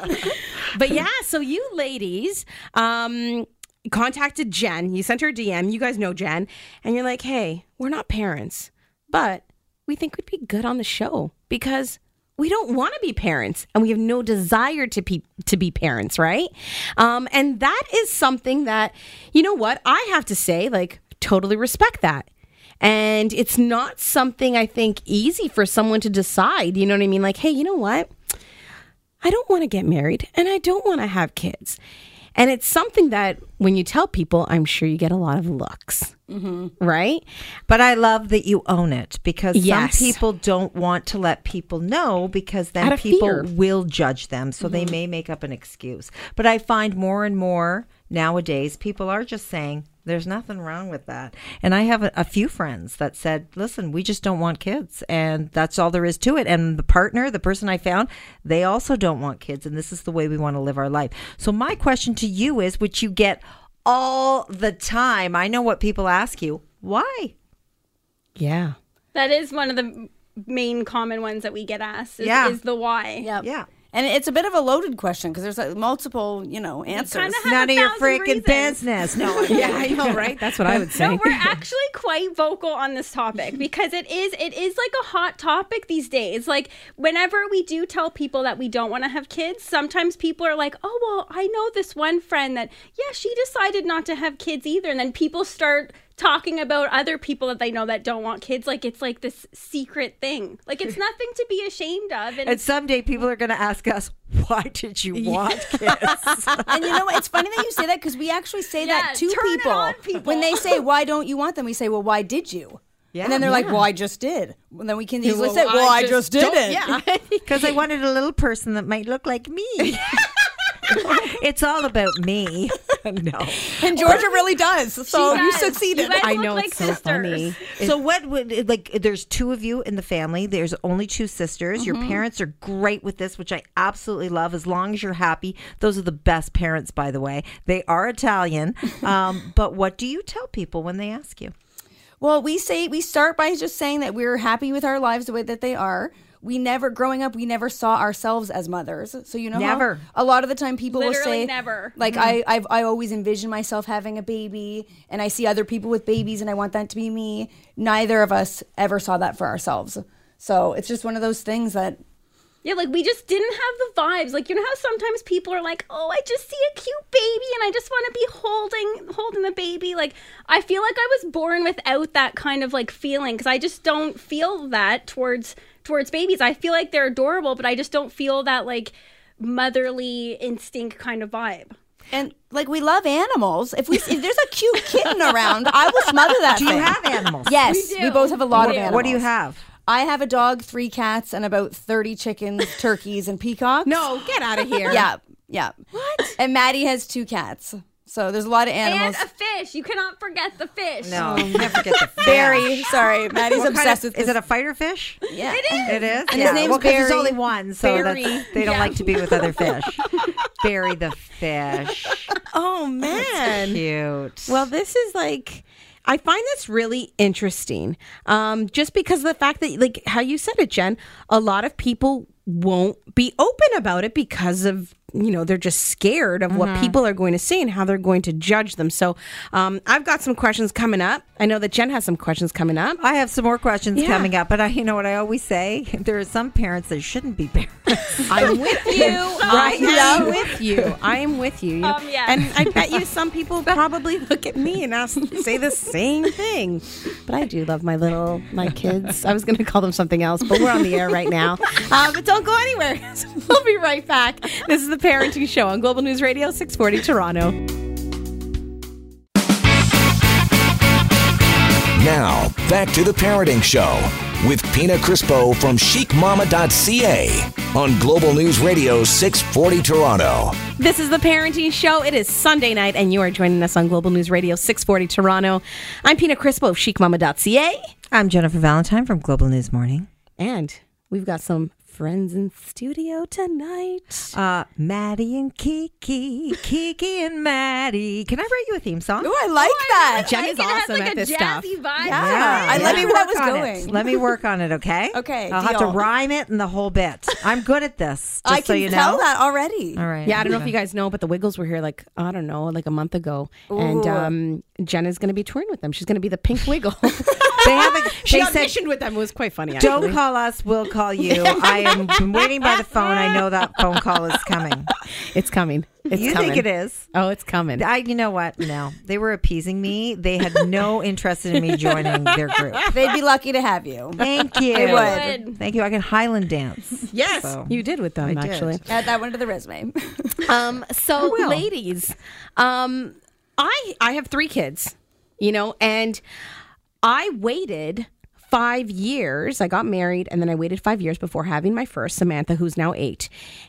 [SPEAKER 2] But yeah, so you ladies um, contacted Jen. You sent her a DM. You guys know Jen, and you're like, "Hey, we're not parents, but we think we'd be good on the show because." We don't want to be parents, and we have no desire to be to be parents, right? Um, and that is something that, you know, what I have to say, like, totally respect that. And it's not something I think easy for someone to decide. You know what I mean? Like, hey, you know what? I don't want to get married and I don't want to have kids. And it's something that when you tell people, I'm sure you get a lot of looks, right?
[SPEAKER 3] But I love that you own it because
[SPEAKER 2] Yes.
[SPEAKER 3] some people don't want to let people know because
[SPEAKER 2] Out
[SPEAKER 3] then
[SPEAKER 2] of
[SPEAKER 3] people
[SPEAKER 2] fear. Mm-hmm.
[SPEAKER 3] will judge them. So they may make up an excuse. But I find more and more nowadays people are just saying, there's nothing wrong with that. And I have a, a few friends that said, listen, we just don't want kids. And that's all there is to it. And the partner, the person I found, they also don't want kids. And this is the way we want to live our life. So my question to you is, which you get all the time, I know what people ask you. Why?
[SPEAKER 2] Yeah.
[SPEAKER 5] That is one of the main common ones that we get asked is,
[SPEAKER 3] Yeah.
[SPEAKER 5] is the why.
[SPEAKER 4] Yep.
[SPEAKER 3] Yeah.
[SPEAKER 4] And it's a bit of a loaded question because there's like multiple, you know, answers.
[SPEAKER 5] kinda have-
[SPEAKER 3] None of your
[SPEAKER 5] thousand
[SPEAKER 3] freaking
[SPEAKER 5] reasons.
[SPEAKER 3] business. No. I'm kidding.
[SPEAKER 2] I know, right? That's what I would say.
[SPEAKER 5] No, we're actually quite vocal on this topic because it is it is like a hot topic these days. Like whenever we do tell people that we don't want to have kids, sometimes people are like, "Oh, well, I know this one friend that yeah, she decided not to have kids either." And then people start talking about other people that they know that don't want kids like it's like this secret thing. Like it's nothing to be ashamed of and
[SPEAKER 3] And someday people are going to ask us, why did you want kids?
[SPEAKER 4] and you know, what? it's funny that you say that because we actually say
[SPEAKER 5] Yeah,
[SPEAKER 4] that to
[SPEAKER 5] turn it
[SPEAKER 4] people.
[SPEAKER 5] on, people.
[SPEAKER 4] When they say, why don't you want them? We say, well, why did you?
[SPEAKER 3] Yeah.
[SPEAKER 4] and then they're like, well, I just did. And then we can easily say, well, I, just, did it.
[SPEAKER 3] Because I wanted a little person that might look like me. it's all about me. no.
[SPEAKER 4] And Georgia really does. So
[SPEAKER 5] She
[SPEAKER 4] you
[SPEAKER 5] does.
[SPEAKER 4] succeeded.
[SPEAKER 5] You guys
[SPEAKER 2] I
[SPEAKER 5] look
[SPEAKER 2] know
[SPEAKER 5] like
[SPEAKER 2] it's so
[SPEAKER 5] sisters.
[SPEAKER 2] funny.
[SPEAKER 3] So what would like? There's two of you in the family. There's only two sisters. Your parents are great with this, which I absolutely love. As long as you're happy, those are the best parents. By the way, they are Italian. Um, but what do you tell people when they ask you?
[SPEAKER 4] Well, we say we start by just saying that we're happy with our lives the way that they are. We never growing up, we never saw ourselves as mothers. So you know, how
[SPEAKER 3] Never. Mm-hmm.
[SPEAKER 4] a lot of the time people will
[SPEAKER 5] Literally
[SPEAKER 4] say,
[SPEAKER 5] never.
[SPEAKER 4] Like I, I've I always envision myself having a baby, and I see other people with babies, and I want that to be me. Neither of us ever saw that for ourselves. So it's just one of those things that
[SPEAKER 5] Yeah, like we just didn't have the vibes. Like you know how sometimes people are like, "Oh, I just see a cute baby and I just want to be holding holding the baby." Like I feel like I was born without that kind of like feeling cuz I just don't feel that towards towards babies. I feel like they're adorable, but I just don't feel that like motherly instinct kind of vibe.
[SPEAKER 4] and like we love animals. If we if there's a cute kitten around, I will smother that.
[SPEAKER 3] Do you
[SPEAKER 4] thing.
[SPEAKER 3] have animals?
[SPEAKER 4] Yes, we,
[SPEAKER 5] do.
[SPEAKER 4] both have a lot of
[SPEAKER 5] We do.
[SPEAKER 4] animals.
[SPEAKER 3] What do you have?
[SPEAKER 4] I have a dog, three cats, and about 30 chickens, turkeys, and peacocks.
[SPEAKER 2] No, get out of here.
[SPEAKER 4] Yeah. Yeah. What? And Maddie has two cats. So there's a lot of animals.
[SPEAKER 5] And a fish. You cannot forget the fish.
[SPEAKER 3] No, Oh, you never get the fish.
[SPEAKER 4] Barry. Sorry. Maddie's
[SPEAKER 3] What kind
[SPEAKER 4] obsessed
[SPEAKER 3] of-
[SPEAKER 4] with
[SPEAKER 3] Is it a fighter fish?
[SPEAKER 4] Yeah.
[SPEAKER 3] It is.
[SPEAKER 4] And his name's
[SPEAKER 3] well, 'cause There's
[SPEAKER 4] Barry.
[SPEAKER 3] only one, so that's,
[SPEAKER 5] Barry.
[SPEAKER 3] they don't
[SPEAKER 5] Yeah.
[SPEAKER 3] like to be with other fish. Barry the fish.
[SPEAKER 2] Oh man.
[SPEAKER 3] Cute.
[SPEAKER 2] Well, this is like I find this really interesting. Um, just because of the fact that like how you said it, Jen, a lot of people won't be open about it because of you know they're just scared of what people are going to say and how they're going to judge them so um, i've got some questions coming up i know that jen has some questions coming up
[SPEAKER 3] I have some more questions
[SPEAKER 2] Yeah.
[SPEAKER 3] coming up, but I, you know what I always say? There are some parents that shouldn't be parents.
[SPEAKER 2] i'm with you i am with you i am with you, you know.
[SPEAKER 5] Um, yeah.
[SPEAKER 2] and i bet you some people probably look at me and ask, say the same thing but i do love my little my kids i was going to call them something else but we're on the air right now uh, but don't go anywhere So we'll be right back this is the parenting show on global news radio 640 toronto
[SPEAKER 1] Now, back to the parenting show with Pina Crispo from chicmama.ca on Global News Radio 640 Toronto.
[SPEAKER 2] this is the parenting show it is sunday night and you are joining us on global news radio 640 toronto i'm pina crispo of chicmama.ca
[SPEAKER 3] I'm Jennifer Valentine from Global News Morning.
[SPEAKER 2] and we've got some friends in studio tonight
[SPEAKER 3] Uh, Maddie and Kiki, Kiki and Maddie. Can I write you a theme song?
[SPEAKER 4] Oh, I like that.
[SPEAKER 2] Jen
[SPEAKER 5] Like,
[SPEAKER 2] is
[SPEAKER 5] it has,
[SPEAKER 2] awesome
[SPEAKER 5] like,
[SPEAKER 2] at
[SPEAKER 5] a
[SPEAKER 2] this
[SPEAKER 5] jazzy
[SPEAKER 2] stuff.
[SPEAKER 5] Vibe.
[SPEAKER 4] Yeah. I
[SPEAKER 3] Let
[SPEAKER 4] love
[SPEAKER 3] me
[SPEAKER 4] where that
[SPEAKER 3] work
[SPEAKER 4] was
[SPEAKER 3] on
[SPEAKER 4] going.
[SPEAKER 3] it. Let me work on it, okay?
[SPEAKER 4] Okay,
[SPEAKER 3] I'll have to
[SPEAKER 4] deal.
[SPEAKER 3] rhyme it and the whole bit. I'm good at this. Just
[SPEAKER 4] I
[SPEAKER 3] so
[SPEAKER 4] can
[SPEAKER 3] you
[SPEAKER 4] tell
[SPEAKER 3] know.
[SPEAKER 4] that already.
[SPEAKER 3] All right.
[SPEAKER 2] Yeah, I don't know if you guys know, but the Wiggles were here like I don't know, like a month ago, and um, Jenna's going to be touring with them. She's going to be the Pink Wiggle.
[SPEAKER 3] They haven't.
[SPEAKER 2] She
[SPEAKER 3] they
[SPEAKER 2] auditioned
[SPEAKER 3] said
[SPEAKER 2] with them. It was quite funny.
[SPEAKER 3] Don't
[SPEAKER 2] Actually.
[SPEAKER 3] call us, we'll call you. I am been waiting by the phone. I know that phone call is coming.
[SPEAKER 2] It's coming. It's
[SPEAKER 3] you
[SPEAKER 2] coming.
[SPEAKER 3] think it is?
[SPEAKER 2] Oh, it's coming.
[SPEAKER 3] I you know what? No. They were appeasing me. They had no interest in me joining their group.
[SPEAKER 4] They'd be lucky to have you.
[SPEAKER 3] Thank you.
[SPEAKER 4] They
[SPEAKER 5] would.
[SPEAKER 3] Thank you. I can Highland dance.
[SPEAKER 2] yes,
[SPEAKER 3] So,
[SPEAKER 2] you did with them
[SPEAKER 3] I did.
[SPEAKER 2] actually.
[SPEAKER 4] Add that one to the resume.
[SPEAKER 2] Um, so
[SPEAKER 3] will.
[SPEAKER 2] ladies, um, I I have three kids, you know, and I waited five years. I got married, and then I waited five years before having my first Samantha, who's now eight.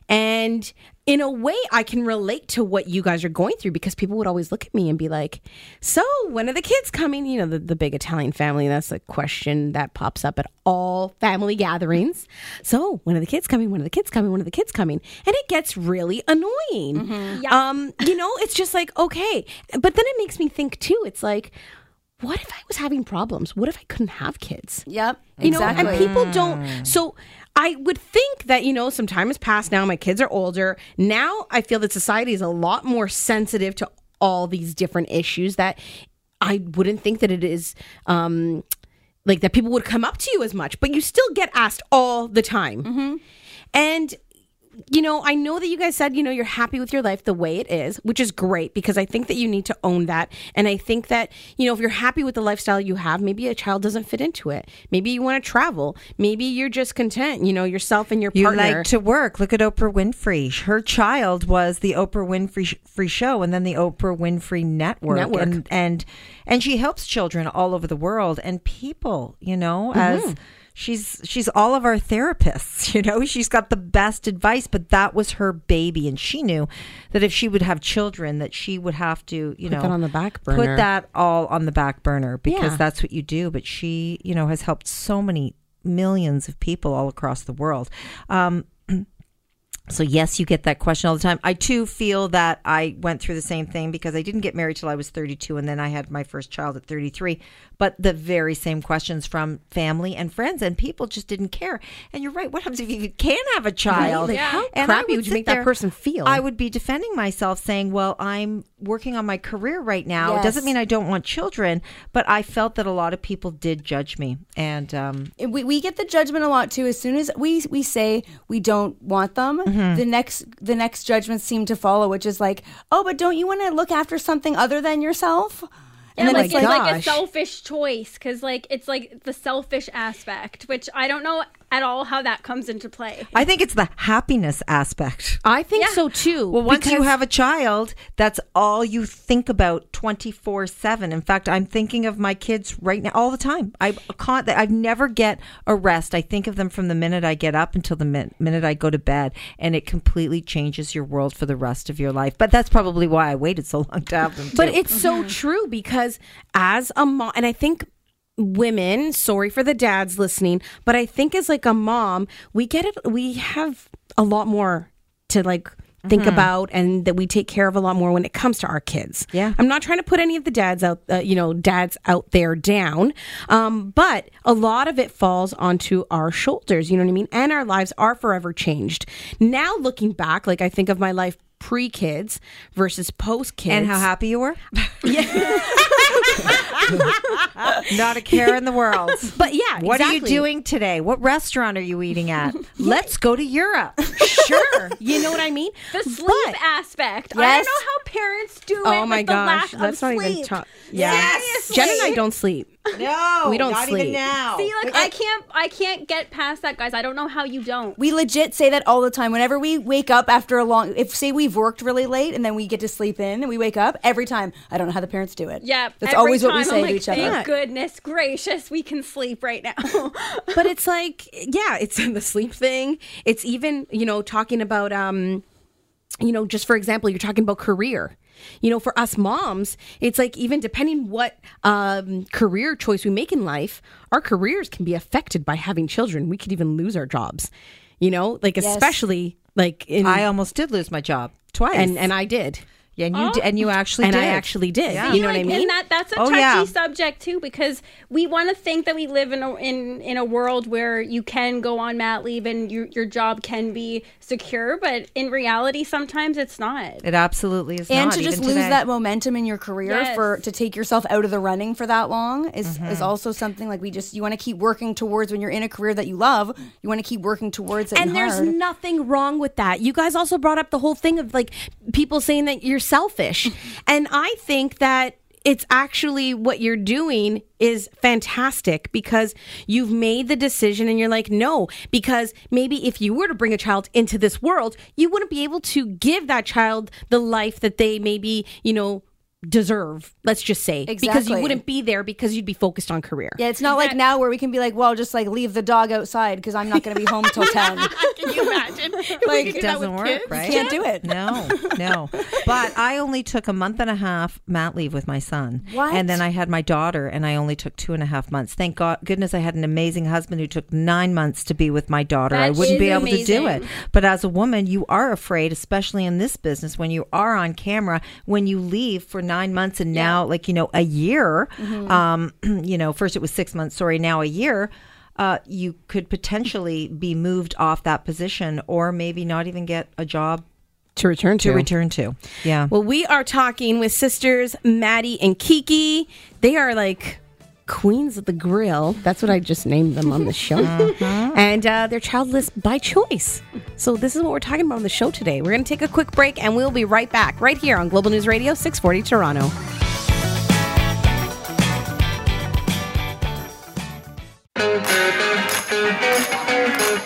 [SPEAKER 2] And in a way, I can relate to what you guys are going through because people would always look at me and be like, "So when are the kids coming?" You know, the, the big Italian family. That's a question that pops up at all family gatherings. So when are the kids coming? When are the kids coming? When are the kids coming? And it gets really annoying. Um, you know, it's just like okay, but then it makes me think too. It's like what if I was having problems? What if I couldn't have kids?
[SPEAKER 4] yep.
[SPEAKER 2] You know,
[SPEAKER 4] exactly.
[SPEAKER 2] and people don't. So I would think that, you know, some time has passed now, my kids are older. Now I feel that society is a lot more sensitive to all these different issues that I wouldn't think that it is. Um, like that people would come up to you as much, but you still get asked all the time. And you know, I know that you guys said, you know, you're happy with your life the way it is, which is great because I think that you need to own that. And I think that, you know, if you're happy with the lifestyle you have, maybe a child doesn't fit into it. Maybe you want to travel. Maybe you're just content, you know, yourself and your
[SPEAKER 3] You
[SPEAKER 2] partner.
[SPEAKER 3] like to work. Look at Oprah Winfrey. Her child was the Oprah Winfrey sh- free show and then the Oprah Winfrey Network.
[SPEAKER 2] Network.
[SPEAKER 3] And and and she helps children all over the world and people, you know,
[SPEAKER 2] Mm-hmm.
[SPEAKER 3] as she's she's all of our therapists, you know. She's got the best advice, but that was her baby and she knew that if she would have children that she would have to, you know,
[SPEAKER 2] that on the back burner.
[SPEAKER 3] Put that all on the back burner because
[SPEAKER 2] Yeah.
[SPEAKER 3] that's what you do, but she, you know, has helped so many millions of people all across the world. Um so yes, you get that question all the time. I too feel that I went through the same thing because I didn't get married till I was 32 and then I had my first child at 33. But the very same questions from family and friends and people just didn't care. And you're right. What happens if you can have a child?
[SPEAKER 2] Right, like, how
[SPEAKER 3] And I
[SPEAKER 2] crappy would you
[SPEAKER 3] sit
[SPEAKER 2] make that
[SPEAKER 3] there-
[SPEAKER 2] person feel?
[SPEAKER 3] I would be defending myself saying, "Well, I'm working on my career right now. It doesn't
[SPEAKER 4] Yes.
[SPEAKER 3] mean I don't want children, but I felt that a lot of people did judge me." And um
[SPEAKER 4] we, we get the judgment a lot too. As soon as we we say we don't want them,
[SPEAKER 5] Mm-hmm.
[SPEAKER 4] the next the next judgments seem to follow, which is like, oh, but don't you want to look after something other than yourself? Oh
[SPEAKER 5] And like,
[SPEAKER 2] it's
[SPEAKER 5] it's
[SPEAKER 2] like-
[SPEAKER 5] like a
[SPEAKER 2] gosh.
[SPEAKER 5] selfish choice because like it's like the selfish aspect, which I don't know at all how that comes into play.
[SPEAKER 3] I think it's the happiness aspect.
[SPEAKER 2] I think
[SPEAKER 5] Yeah.
[SPEAKER 2] so too.
[SPEAKER 3] Well, once you
[SPEAKER 2] because-
[SPEAKER 3] have a child, that's all you think about 24 7. In fact, I'm thinking of my kids right now all the time. I can't, I never get a rest. I think of them from the minute I get up until the min- minute I go to bed, and it completely changes your world for the rest of your life. But that's probably why I waited so long to have them.
[SPEAKER 2] But
[SPEAKER 3] too.
[SPEAKER 2] it's so true because as a mom, and I think women, sorry for the dads listening, but I think as like a mom, we get it, we have a lot more to like think
[SPEAKER 3] Mm-hmm.
[SPEAKER 2] about and that we take care of a lot more when it comes to our kids.
[SPEAKER 3] Yeah.
[SPEAKER 2] I'm not trying to put any of the dads out, uh, you know, dads out there down, um, but a lot of it falls onto our shoulders. You know what I mean? And our lives are forever changed. Now looking back, like I think of my life pre kids versus post kids,
[SPEAKER 3] and how happy you were? Not a care in the world.
[SPEAKER 2] But yeah,
[SPEAKER 3] What are
[SPEAKER 2] exactly.
[SPEAKER 3] you doing today? What restaurant are you eating at? Let's go to Europe.
[SPEAKER 2] Sure, you know what I mean.
[SPEAKER 5] The sleep
[SPEAKER 2] But-
[SPEAKER 5] aspect. I don't
[SPEAKER 4] Yes.
[SPEAKER 5] know how parents do it.
[SPEAKER 2] Oh my
[SPEAKER 5] with the
[SPEAKER 2] gosh,
[SPEAKER 5] lack
[SPEAKER 2] let's
[SPEAKER 5] of
[SPEAKER 2] not
[SPEAKER 5] sleep.
[SPEAKER 2] even talk. Yeah,
[SPEAKER 3] Yes.
[SPEAKER 2] Jen and I don't sleep.
[SPEAKER 3] No,
[SPEAKER 2] We don't
[SPEAKER 3] not
[SPEAKER 2] sleep.
[SPEAKER 3] even now.
[SPEAKER 5] See, like I can't, I can't get past that, guys. I don't know how you don't.
[SPEAKER 4] We legit say that all the time. Whenever we wake up after a long, if say we've worked really late and then we get to sleep in and we wake up every time, I don't know how the parents do it.
[SPEAKER 5] Yeah,
[SPEAKER 4] that's
[SPEAKER 5] every
[SPEAKER 4] always what we
[SPEAKER 5] time
[SPEAKER 4] say
[SPEAKER 5] I'm like,
[SPEAKER 4] to each other.
[SPEAKER 5] Thank goodness gracious, we can sleep right now.
[SPEAKER 2] But it's like, yeah, it's the sleep thing. It's even you know talking about um, you know, just for example, you're talking about career. You know, for us moms, it's like even depending what um, career choice we make in life, our careers can be affected by having children. We could even lose our jobs. You know, like especially like in
[SPEAKER 3] I almost did lose my job twice.
[SPEAKER 2] and and I did.
[SPEAKER 3] Yeah, and you d- and you actually
[SPEAKER 2] and
[SPEAKER 3] did.
[SPEAKER 2] I actually did.
[SPEAKER 3] Yeah.
[SPEAKER 2] You know what I
[SPEAKER 5] Like,
[SPEAKER 2] mean?
[SPEAKER 5] And that that's a
[SPEAKER 3] Oh,
[SPEAKER 5] touchy
[SPEAKER 3] yeah.
[SPEAKER 5] subject too, because we want to think that we live in a in in a world where you can go on mat leave and your your job can be secure, but in reality, sometimes it's not.
[SPEAKER 3] it absolutely is.
[SPEAKER 4] and
[SPEAKER 3] not,
[SPEAKER 4] to just
[SPEAKER 3] even
[SPEAKER 4] lose
[SPEAKER 3] today.
[SPEAKER 4] that momentum in your career
[SPEAKER 5] Yes.
[SPEAKER 4] for to take yourself out of the running for that long is is also something like we just you want to keep working towards when you're in a career that you love you want to keep working towards it and,
[SPEAKER 2] and there's
[SPEAKER 4] hard.
[SPEAKER 2] nothing wrong with that. You guys also brought up the whole thing of like people saying that you're selfish. and I think that it's actually what you're doing is fantastic because you've made the decision and you're like, no, because maybe if you were to bring a child into this world, you wouldn't be able to give that child the life that they maybe, you know, deserve, let's just say. Because you
[SPEAKER 4] Exactly.
[SPEAKER 2] wouldn't be there because you'd be focused on career.
[SPEAKER 4] yeah it's not like now where we can be like well just like leave the dog outside because i'm not going to be home till 10
[SPEAKER 6] Can you imagine?
[SPEAKER 4] like
[SPEAKER 3] it doesn't work, right?
[SPEAKER 4] can't do it
[SPEAKER 3] No, no. But I only took a month and a half mat leave with my son.
[SPEAKER 4] What?
[SPEAKER 3] And then I had my daughter, and I only took two and a half months. Thank God, goodness, I had an amazing husband who took nine months to be with my daughter. I
[SPEAKER 5] That
[SPEAKER 3] wouldn't
[SPEAKER 5] is
[SPEAKER 3] be able to do it.
[SPEAKER 5] amazing.
[SPEAKER 3] But as a woman, you are afraid, especially in this business, when you are on camera, when you leave for nine months and now, like, you know, a year,
[SPEAKER 5] Mm-hmm.
[SPEAKER 3] um, you know, first it was six months, sorry, now a year. Uh, you could potentially be moved off that position or maybe not even get a job
[SPEAKER 2] To return
[SPEAKER 3] to return to. Yeah.
[SPEAKER 2] Well, we are talking with sisters Maddie and Kiki. They are like queens of the grill. That's what I just named them on the show. And uh, they're childless by choice. So, this is what we're talking about on the show today. We're going to take a quick break and we'll be right back right here on Global News Radio 640 Toronto.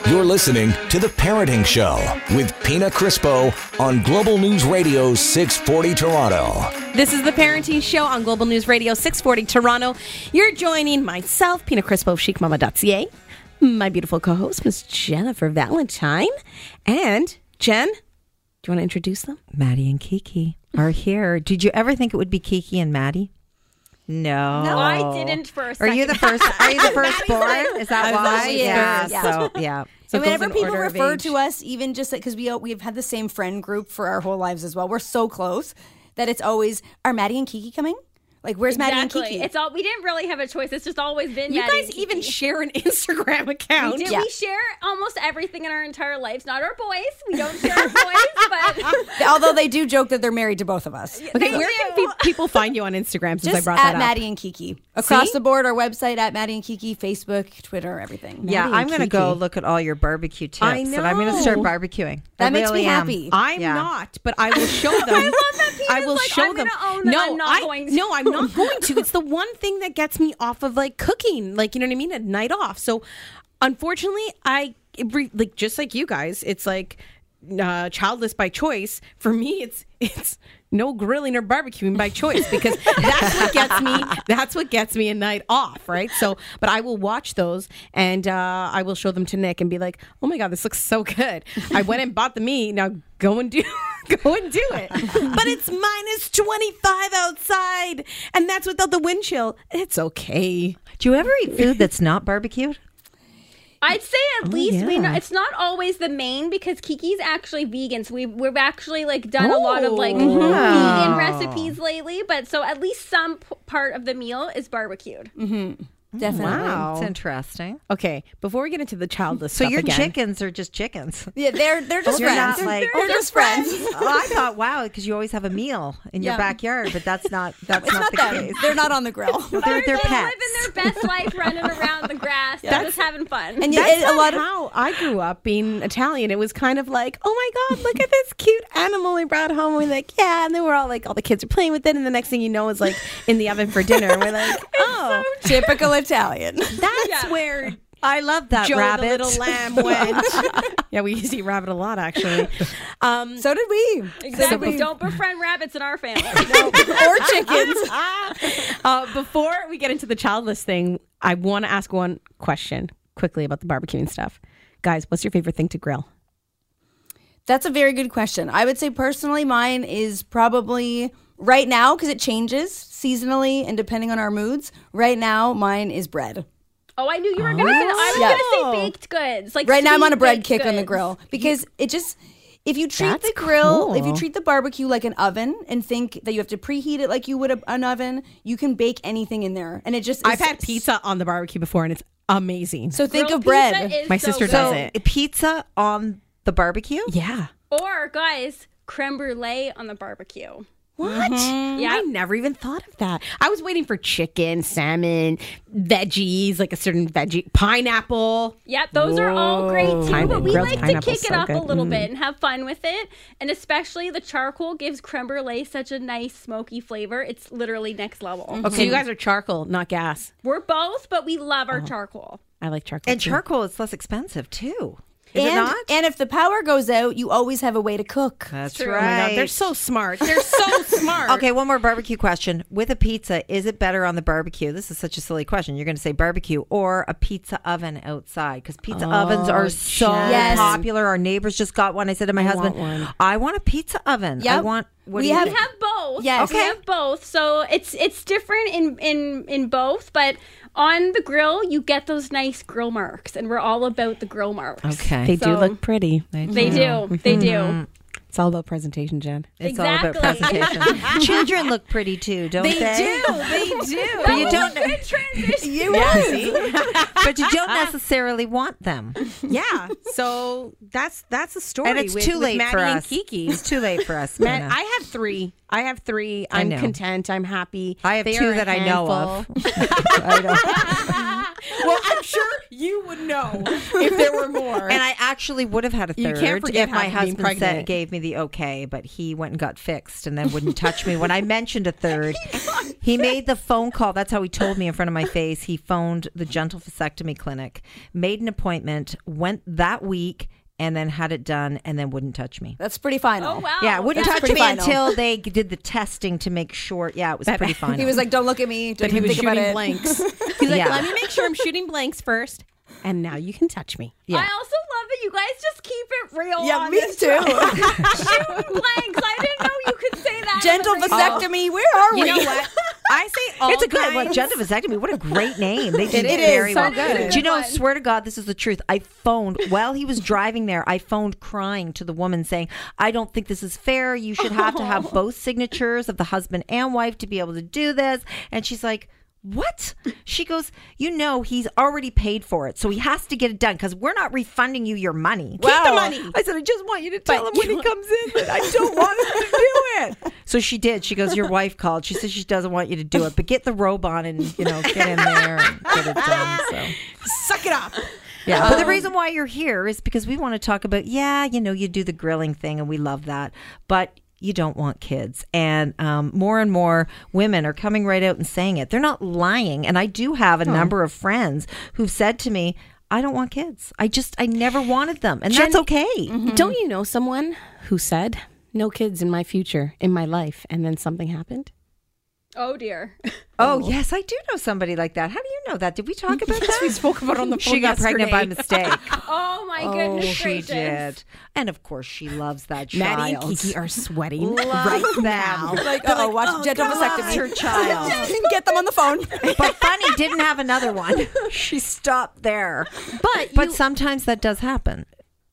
[SPEAKER 1] You're listening to The Parenting Show with Pina Crispo on Global News Radio 640 Toronto.
[SPEAKER 2] This is the Parenting Show on Global News Radio 640 Toronto. You're joining myself, Pina Crispo of chicmama.ca, my beautiful co host, Miss Jennifer Valentine, and Jen. Do you want to introduce them?
[SPEAKER 3] Maddie and Kiki are here. Did you ever think it would be Kiki and Maddie? No.
[SPEAKER 5] No, I didn't for a
[SPEAKER 3] Are you the first are you the firstborn? Is that why?
[SPEAKER 4] always
[SPEAKER 3] Yeah.
[SPEAKER 4] first.
[SPEAKER 3] So yeah. So
[SPEAKER 4] and whenever people refer to us, even just because we we've had the same friend group for our whole lives as well, we're so close that it's always are Maddie and Kiki coming? Like, where's Maddie and
[SPEAKER 5] Exactly.
[SPEAKER 4] Kiki?
[SPEAKER 5] It's all we didn't really have a choice. It's just always been
[SPEAKER 2] You
[SPEAKER 5] Maddie and
[SPEAKER 2] guys
[SPEAKER 5] Kiki.
[SPEAKER 2] even share an Instagram account.
[SPEAKER 5] Did
[SPEAKER 4] Yeah.
[SPEAKER 5] we share almost everything in our entire lives? Not our boys. We don't share our boys, but
[SPEAKER 4] Although they do joke that they're married to both of us.
[SPEAKER 2] Okay, where can pe- people find you on Instagram since I
[SPEAKER 4] Just
[SPEAKER 2] brought
[SPEAKER 4] at
[SPEAKER 2] that up?
[SPEAKER 4] Maddie and Kiki across
[SPEAKER 2] See?
[SPEAKER 4] the board. Our website at Maddie and Kiki, Facebook, Twitter, everything.
[SPEAKER 3] Yeah,
[SPEAKER 2] Maddie and
[SPEAKER 3] I'm gonna go
[SPEAKER 2] Kiki.
[SPEAKER 3] look at all your barbecue tips.
[SPEAKER 2] I
[SPEAKER 3] And I'm gonna
[SPEAKER 2] know.
[SPEAKER 3] start barbecuing. I
[SPEAKER 4] That makes me
[SPEAKER 3] really am.
[SPEAKER 4] happy.
[SPEAKER 2] I'm
[SPEAKER 3] Yeah.
[SPEAKER 2] not, but I will show them. I
[SPEAKER 5] love that Peter's
[SPEAKER 2] will
[SPEAKER 5] like,
[SPEAKER 2] show
[SPEAKER 5] "I'm
[SPEAKER 2] them.
[SPEAKER 5] gonna own that
[SPEAKER 2] no,
[SPEAKER 5] I'm not
[SPEAKER 2] I,
[SPEAKER 5] going
[SPEAKER 2] no, I'm not going to. It's the one thing that gets me off of like cooking, like you know what I mean, a night off. So, unfortunately, I it re- like just like you guys, it's like uh, childless by choice. For me, it's it's no grilling or barbecuing by choice because that's what gets me. That's what gets me a night off, right? So, but I will watch those and uh, I will show them to Nick and be like, "Oh my god, this looks so good! I went and bought the meat. Now go and do." Go and do it. but it's minus 25 outside, and that's without the wind chill. It's okay.
[SPEAKER 3] Do you ever eat food that's not barbecued?
[SPEAKER 5] I'd say
[SPEAKER 6] Oh,
[SPEAKER 5] at least we know
[SPEAKER 3] yeah.
[SPEAKER 5] it's not always the main because Kiki's actually vegan, so we we've actually like done a lot of like
[SPEAKER 2] Oh.
[SPEAKER 5] vegan recipes lately. But so at least some p- part of the meal is barbecued.
[SPEAKER 4] Mm, Definitely.
[SPEAKER 3] It's interesting.
[SPEAKER 2] Okay, before we get into the childless
[SPEAKER 3] Oh. So
[SPEAKER 2] stuff
[SPEAKER 3] your
[SPEAKER 2] again,
[SPEAKER 3] chickens are just chickens.
[SPEAKER 4] Yeah, they're they're just
[SPEAKER 3] You're
[SPEAKER 4] friends.
[SPEAKER 3] not like-
[SPEAKER 4] they're just friends.
[SPEAKER 3] oh, I thought, wow, because you always have a meal in your
[SPEAKER 4] Yeah.
[SPEAKER 3] backyard, but that's not that's
[SPEAKER 4] It's not
[SPEAKER 3] the
[SPEAKER 4] them.
[SPEAKER 3] case.
[SPEAKER 4] They're not on the grill.
[SPEAKER 3] They're, they're
[SPEAKER 5] they
[SPEAKER 3] pets.
[SPEAKER 5] living their best life, running around the grass, and just having fun.
[SPEAKER 4] And
[SPEAKER 5] And
[SPEAKER 4] yet,
[SPEAKER 2] that's
[SPEAKER 4] it- a lot of
[SPEAKER 2] how I grew up being Italian. It was kind of like, oh my god, look at this cute animal we brought home. We're like, yeah, and then we're all like, all the kids are playing with it, and the next thing you know, it's like in the oven for dinner. We're like, oh,
[SPEAKER 4] typical Italian.
[SPEAKER 2] that's where
[SPEAKER 3] I love that
[SPEAKER 2] Joe
[SPEAKER 3] rabbit.
[SPEAKER 2] the little lamb went. yeah, we used to eat rabbit a lot actually. Um,
[SPEAKER 4] So did we.
[SPEAKER 5] exactly, don't befriend rabbits in our family.
[SPEAKER 4] or chickens.
[SPEAKER 2] uh, before we get into the childless thing, I want to ask one question quickly about the barbecuing stuff, guys. What's your favorite thing to grill?
[SPEAKER 4] That's a very good question. I would say personally, mine is probably right now because it changes seasonally and depending on our moods. Right now, mine is bread.
[SPEAKER 5] Oh, I knew you were gonna. say that. I was
[SPEAKER 4] Yeah.
[SPEAKER 5] gonna say baked goods. Like
[SPEAKER 4] Right now, I'm
[SPEAKER 5] sweet
[SPEAKER 4] on a bread
[SPEAKER 5] baked
[SPEAKER 4] kick on the
[SPEAKER 5] goods.
[SPEAKER 4] grill because it just If you treat
[SPEAKER 2] That's
[SPEAKER 4] the grill, if you
[SPEAKER 2] cool.
[SPEAKER 4] treat the barbecue like an oven and think that you have to preheat it like you would a, an oven, you can bake anything in there. And it just
[SPEAKER 6] I've
[SPEAKER 4] is-
[SPEAKER 6] had pizza on the barbecue before, and it's amazing.
[SPEAKER 4] So think
[SPEAKER 5] Grilled
[SPEAKER 4] of bread.
[SPEAKER 5] pizza is
[SPEAKER 6] My
[SPEAKER 5] so
[SPEAKER 6] sister
[SPEAKER 5] good.
[SPEAKER 6] does
[SPEAKER 3] So
[SPEAKER 6] it.
[SPEAKER 3] pizza on the barbecue?
[SPEAKER 6] yeah,
[SPEAKER 5] Or guys, creme brulee on the barbecue.
[SPEAKER 2] What?
[SPEAKER 5] Yeah.
[SPEAKER 2] I never even thought of that. I was waiting for chicken, salmon, veggies, like a certain veggie, pineapple.
[SPEAKER 5] Yep, those are all great too, but
[SPEAKER 6] Pineapple-
[SPEAKER 5] we
[SPEAKER 6] grilled
[SPEAKER 5] like to
[SPEAKER 6] pineapple's
[SPEAKER 5] kick it
[SPEAKER 6] so
[SPEAKER 5] up a
[SPEAKER 6] good.
[SPEAKER 5] little bit and have fun with it. And especially the charcoal gives creme brulee such a nice smoky flavor. It's literally next level.
[SPEAKER 2] Mm. Okay, you guys are charcoal, not gas.
[SPEAKER 5] We're both, but we love our charcoal.
[SPEAKER 2] I like charcoal.
[SPEAKER 3] And
[SPEAKER 2] too.
[SPEAKER 3] charcoal is less expensive too. Is
[SPEAKER 4] and,
[SPEAKER 3] it not?
[SPEAKER 4] and if the power goes out, you always have a way to cook.
[SPEAKER 3] That's
[SPEAKER 5] True.
[SPEAKER 6] Oh my
[SPEAKER 3] right.
[SPEAKER 6] God, they're so smart. They're so smart.
[SPEAKER 3] Okay, one more barbecue question. With a pizza, is it better on the barbecue? This is such a silly question. You're going to say barbecue or a pizza oven outside because pizza ovens are so
[SPEAKER 4] Yes.
[SPEAKER 3] popular. Our neighbors just got one. I said to my husband, "I want a pizza oven. I
[SPEAKER 4] Yep.
[SPEAKER 3] want what do
[SPEAKER 4] We
[SPEAKER 3] you
[SPEAKER 4] have-
[SPEAKER 3] think?
[SPEAKER 5] We have both.
[SPEAKER 4] Yes.
[SPEAKER 5] We
[SPEAKER 4] Okay.
[SPEAKER 5] have both. So it's it's different in in in both, but on the grill you get those nice grill marks, and we're all about the grill marks.
[SPEAKER 3] Okay.
[SPEAKER 2] They do
[SPEAKER 5] So-
[SPEAKER 2] look pretty.
[SPEAKER 5] They do. They do.
[SPEAKER 2] It's all about presentation, Jen.
[SPEAKER 3] It's all about
[SPEAKER 5] Exactly.
[SPEAKER 3] presentation. Children look pretty too, don't they?
[SPEAKER 6] They do.
[SPEAKER 3] But you don't
[SPEAKER 5] Good transition.
[SPEAKER 3] but you don't necessarily want them.
[SPEAKER 6] yeah. So that's that's a story.
[SPEAKER 3] And it's
[SPEAKER 6] with-
[SPEAKER 3] too
[SPEAKER 6] with
[SPEAKER 3] late
[SPEAKER 6] Maddie
[SPEAKER 3] for
[SPEAKER 6] and
[SPEAKER 3] us.
[SPEAKER 6] Kiki.
[SPEAKER 3] It's too late for us.
[SPEAKER 2] Man,
[SPEAKER 3] Mona.
[SPEAKER 2] I have three. I have three. I'm
[SPEAKER 3] know.
[SPEAKER 2] content. I'm happy.
[SPEAKER 3] I have
[SPEAKER 2] They
[SPEAKER 3] two
[SPEAKER 2] are a
[SPEAKER 3] that I know of.
[SPEAKER 2] handful.
[SPEAKER 3] I know.
[SPEAKER 6] well, I'm sure you would know if there were more.
[SPEAKER 3] And I actually would have had a
[SPEAKER 6] You can't
[SPEAKER 3] third
[SPEAKER 6] forget
[SPEAKER 3] if my
[SPEAKER 6] having been
[SPEAKER 3] husband said,
[SPEAKER 6] pregnant.
[SPEAKER 3] gave me the okay, but he went and got fixed and then wouldn't touch me when I mentioned a third. he made the phone call. That's how he told me in front of my face. He phoned the gentle vasectomy clinic, made an appointment, went that week, and then had it done, and then wouldn't touch me.
[SPEAKER 4] That's pretty final.
[SPEAKER 5] Oh wow.
[SPEAKER 3] yeah, wouldn't
[SPEAKER 5] That's
[SPEAKER 3] touch me
[SPEAKER 4] pretty final.
[SPEAKER 3] until they did the testing to make sure. Yeah, it was pretty final.
[SPEAKER 4] He was like, "Don't look at me. Don't
[SPEAKER 2] But he
[SPEAKER 4] even
[SPEAKER 2] was
[SPEAKER 4] think about
[SPEAKER 2] shooting
[SPEAKER 4] it."
[SPEAKER 2] blanks. He's like,
[SPEAKER 3] Yeah.
[SPEAKER 2] let me make sure I'm shooting blanks first, and now you can touch me.
[SPEAKER 5] I also love that you guys just keep it real.
[SPEAKER 4] Yeah,
[SPEAKER 5] on
[SPEAKER 4] me
[SPEAKER 5] this
[SPEAKER 4] too.
[SPEAKER 5] show. Shooting blanks. I didn't know you could say that.
[SPEAKER 4] Gentle
[SPEAKER 5] Like,
[SPEAKER 4] vasectomy. Where are
[SPEAKER 6] you
[SPEAKER 4] we?
[SPEAKER 6] know
[SPEAKER 5] Oh,
[SPEAKER 6] what? I say all
[SPEAKER 3] It's a good
[SPEAKER 6] kinds-
[SPEAKER 3] one. Gender vasectomy. What a great name. They did
[SPEAKER 4] It
[SPEAKER 3] it
[SPEAKER 4] is
[SPEAKER 3] very
[SPEAKER 4] so
[SPEAKER 3] well.
[SPEAKER 4] good.
[SPEAKER 3] Do you know?
[SPEAKER 5] Good one.
[SPEAKER 3] Swear to God, this is the truth. I phoned while he was driving there. I phoned crying to the woman saying, "I don't think this is fair. You should have to have both signatures of the husband and wife to be able to do this." And she's like. What? She goes, You know, he's already paid for it, so he has to get it done because we're not refunding you your money. Keep
[SPEAKER 4] Wow. money.
[SPEAKER 3] I said, I just want you to tell him when he comes in that I don't want him to do it. So she did. She goes, Your wife called. She says she doesn't want you to do it, but get the robe on and, you know, get in there and get it done. So,
[SPEAKER 6] Suck it up. Um,
[SPEAKER 3] yeah. but the reason why you're here is because we want to talk about, yeah, you know, you do the grilling thing and we love that, but you don't want kids. And um, more and more women are coming right out and saying it. They're not lying. And I do have a number of friends who've said to me, I don't want kids. I just, I never wanted them. And that's okay.
[SPEAKER 2] Don't you know someone who said, no kids in my future, in my life, and then something happened?
[SPEAKER 5] Oh dear.
[SPEAKER 3] Oh, yes, I do know somebody like that. How do you know that? Did we talk about that?
[SPEAKER 6] we spoke about it on the
[SPEAKER 3] She
[SPEAKER 6] phone
[SPEAKER 3] got pregnant by
[SPEAKER 6] yesterday.
[SPEAKER 3] mistake.
[SPEAKER 5] Oh my goodness
[SPEAKER 3] she
[SPEAKER 5] gracious.
[SPEAKER 3] did, and of course she loves that child.
[SPEAKER 2] Maddie and Kiki are sweating
[SPEAKER 3] Love
[SPEAKER 2] right
[SPEAKER 3] them.
[SPEAKER 2] now.
[SPEAKER 4] Like, oh, watch gentle
[SPEAKER 3] loves
[SPEAKER 4] vasectomy.
[SPEAKER 3] her child.
[SPEAKER 4] Get them on the phone.
[SPEAKER 3] but funny didn't have another one. She stopped there.
[SPEAKER 2] But
[SPEAKER 3] But
[SPEAKER 2] you-
[SPEAKER 3] sometimes that does happen.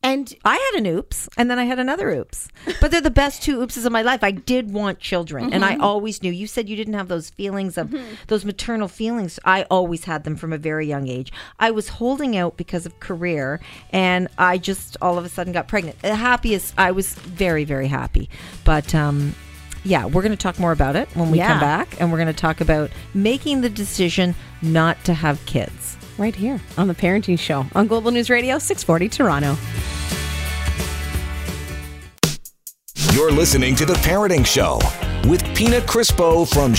[SPEAKER 2] And
[SPEAKER 3] I had an oops, and then I had another oops. But they're the best two oopses of my life. I did want children, and I always knew. You said you didn't have those feelings of those maternal feelings. I always had them from a very young age. I was holding out because of career, and I just all of a sudden got pregnant. The happiest I was very very happy, but. um yeah, we're going to talk more about it when we
[SPEAKER 2] Yeah.
[SPEAKER 3] come back, and we're going to talk about making the decision not to have kids.
[SPEAKER 2] right here on the Parenting Show on Global News Radio 640 Toronto.
[SPEAKER 1] You're listening to The Parenting Show with Pina Crispo from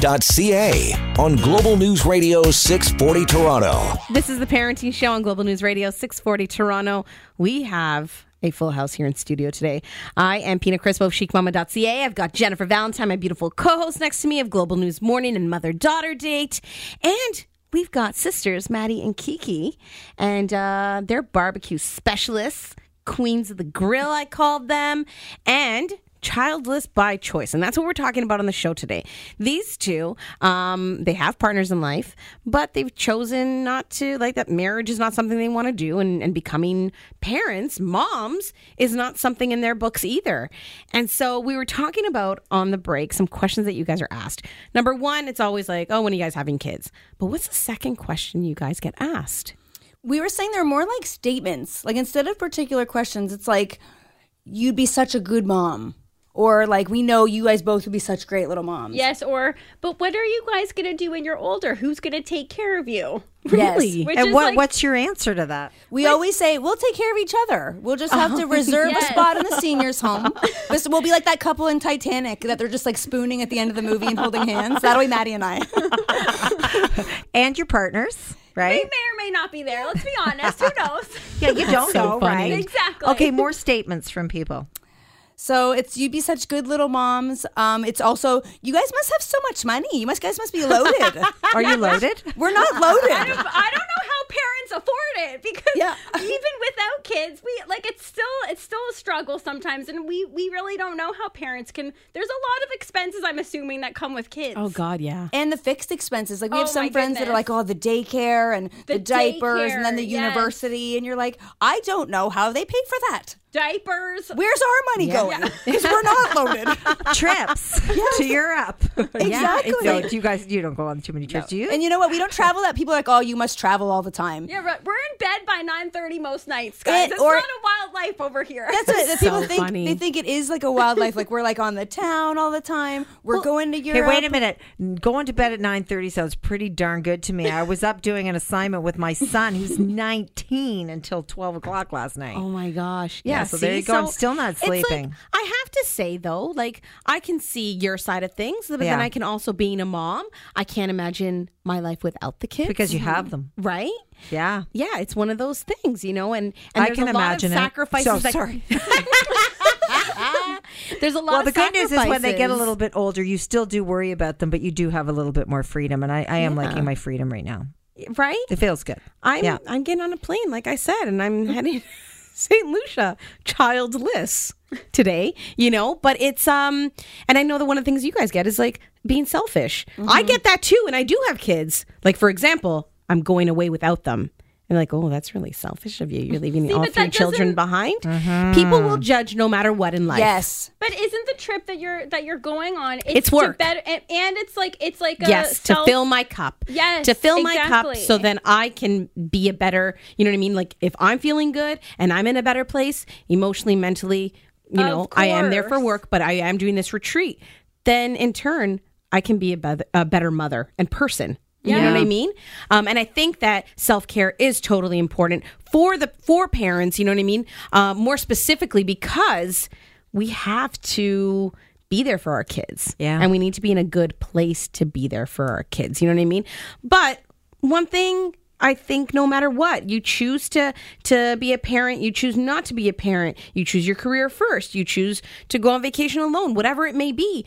[SPEAKER 1] chicmama.ca on Global News Radio 640 Toronto.
[SPEAKER 2] This is the Parenting Show on Global News Radio 640 Toronto. We have a full house here in studio today. I am Pina Crispo of chicmama.ca. I've got Jennifer Valentine, my beautiful co host, next to me of Global News Morning and Mother Daughter Date. And we've got sisters, Maddie and Kiki, and uh, they're barbecue specialists, queens of the grill, I called them. And childless by choice, and that's what we're talking about on the show today. These two, um, they have partners in life, but they've chosen not to like that. Marriage is not something they want to do, and, and becoming parents, moms, is not something in their books either. And so we were talking about on the break some questions that you guys are asked. Number one, it's always like, oh, when are you guys having kids? But what's the second question you guys get asked?
[SPEAKER 4] we were saying they're more like statements. Like instead of particular questions, it's like you'd be such a good mom. Or like we know you guys both would be such great little moms.
[SPEAKER 5] Yes, or but what are you guys gonna do when you're older? Who's gonna take care of you?
[SPEAKER 4] Yes.
[SPEAKER 2] Really?
[SPEAKER 5] Which
[SPEAKER 3] and
[SPEAKER 5] is
[SPEAKER 3] what
[SPEAKER 5] like-
[SPEAKER 3] what's your answer to that?
[SPEAKER 4] We always say we'll take care of each other. We'll just have to reserve
[SPEAKER 5] yes.
[SPEAKER 4] a spot in the seniors' home. This we'll be like that couple in Titanic that they're just like spooning at the end of the movie and holding hands. That'll be Maddie and I.
[SPEAKER 3] And your partners,
[SPEAKER 5] They may
[SPEAKER 3] right?
[SPEAKER 5] or may not be there. Let's be honest. Who knows?
[SPEAKER 3] Yeah, you don't
[SPEAKER 2] so
[SPEAKER 3] know,
[SPEAKER 2] funny.
[SPEAKER 3] right?
[SPEAKER 5] Exactly.
[SPEAKER 3] Okay, more statements from people.
[SPEAKER 4] So it's you'd be such good little moms. Um, it's also you guys must have so much money. You must guys must be loaded.
[SPEAKER 3] Are you loaded?
[SPEAKER 4] We're not loaded.
[SPEAKER 5] I don't know how parents afford it because
[SPEAKER 4] Yeah.
[SPEAKER 5] even without kids, we like it's still it's still a struggle sometimes, and we we really don't know how parents can. There's a lot of expenses I'm assuming that come with kids.
[SPEAKER 2] Oh God, yeah.
[SPEAKER 4] and the fixed expenses. Like we have
[SPEAKER 5] Oh, my
[SPEAKER 4] some friends that are
[SPEAKER 5] goodness.
[SPEAKER 4] like, oh, the daycare and the,
[SPEAKER 5] The
[SPEAKER 4] diapers and then the
[SPEAKER 5] daycare, yes.
[SPEAKER 4] university, and you're like, I don't know how they paid for that.
[SPEAKER 5] Diapers.
[SPEAKER 4] Where's our money going? Because we're not loaded.
[SPEAKER 3] trips to Europe.
[SPEAKER 4] Exactly.
[SPEAKER 3] No, do you guys, you don't go on too many trips, do you?
[SPEAKER 4] and you know what? We don't travel that. People are like, oh, you must travel all the time.
[SPEAKER 5] yeah, but we're in bed by 9:30 most nights, guys.
[SPEAKER 4] It-
[SPEAKER 5] it's
[SPEAKER 4] or-
[SPEAKER 5] not a wild life over here.
[SPEAKER 4] That's what that people
[SPEAKER 2] so
[SPEAKER 4] think.
[SPEAKER 2] funny.
[SPEAKER 4] They think it is like a wildlife. like we're like on the town all the time. We're going to
[SPEAKER 3] Okay,
[SPEAKER 4] Europe.
[SPEAKER 3] wait a minute. Going to bed at nine thirty sounds pretty darn good to me. I was up doing an assignment with my son, who's nineteen, until twelve o'clock last night.
[SPEAKER 2] Oh my gosh. Yeah.
[SPEAKER 3] so there
[SPEAKER 2] see?
[SPEAKER 3] you go. I'm still not
[SPEAKER 2] it's like,
[SPEAKER 3] sleeping.
[SPEAKER 2] I have to say though, like I can see your side of things, but
[SPEAKER 3] Yeah.
[SPEAKER 2] then I can also being a mom, I can't imagine my life without the kids.
[SPEAKER 3] Because you have them,
[SPEAKER 2] right?
[SPEAKER 3] yeah.
[SPEAKER 2] Yeah, it's one of those things, you know, and, and
[SPEAKER 3] I
[SPEAKER 2] there's
[SPEAKER 3] can
[SPEAKER 2] a
[SPEAKER 3] imagine
[SPEAKER 2] lot
[SPEAKER 3] it.
[SPEAKER 2] of sacrifices.
[SPEAKER 3] So,
[SPEAKER 2] that-
[SPEAKER 3] sorry.
[SPEAKER 2] there's a lot
[SPEAKER 3] Well,
[SPEAKER 2] of
[SPEAKER 3] the good news is when they get a
[SPEAKER 2] sacrifices.
[SPEAKER 3] little bit older, you still do worry about them, but you do have a little bit more freedom. And I, I am liking my freedom right now.
[SPEAKER 2] right?
[SPEAKER 3] It feels good.
[SPEAKER 2] I'm
[SPEAKER 3] yeah.
[SPEAKER 2] I'm getting on a plane, like I said, and I'm heading St. Lucia, childless today, you know. But it's um, and I know that one of the things you guys get is like being selfish. I
[SPEAKER 5] Mm-hmm.
[SPEAKER 2] get that too, and I do have kids. Like for example, I'm going away without them. And like, oh, that's really selfish of you. You're leaving
[SPEAKER 5] See,
[SPEAKER 2] all
[SPEAKER 5] but
[SPEAKER 2] three
[SPEAKER 5] that
[SPEAKER 2] children
[SPEAKER 5] doesn't- Mm-hmm.
[SPEAKER 2] behind. People will judge no matter what in life.
[SPEAKER 4] Yes.
[SPEAKER 5] But isn't the trip that you're that you're going on? It's,
[SPEAKER 2] It's
[SPEAKER 5] to
[SPEAKER 2] work.
[SPEAKER 5] better, and, and it's like it's like a
[SPEAKER 2] yes to
[SPEAKER 5] self-
[SPEAKER 2] fill my cup
[SPEAKER 5] Yes,
[SPEAKER 2] to fill my cup
[SPEAKER 5] exactly.
[SPEAKER 2] so then i can be a better you know what i mean like if i'm feeling good and i'm in a better place emotionally mentally you
[SPEAKER 5] Of
[SPEAKER 2] know i am there for
[SPEAKER 5] course.
[SPEAKER 2] work but i am doing this retreat then in turn i can be a, bev- a better mother and person you know what i mean um, and i think that self-care is totally important for the for parents you know what i mean uh, more specifically because we have to be there for our kids
[SPEAKER 3] Yeah.
[SPEAKER 2] and we need to be in a good place to be there for our kids. You know what I mean? But one thing I think no matter what, you choose to to be a parent, you choose not to be a parent, you choose your career first, you choose to go on vacation alone, whatever it may be,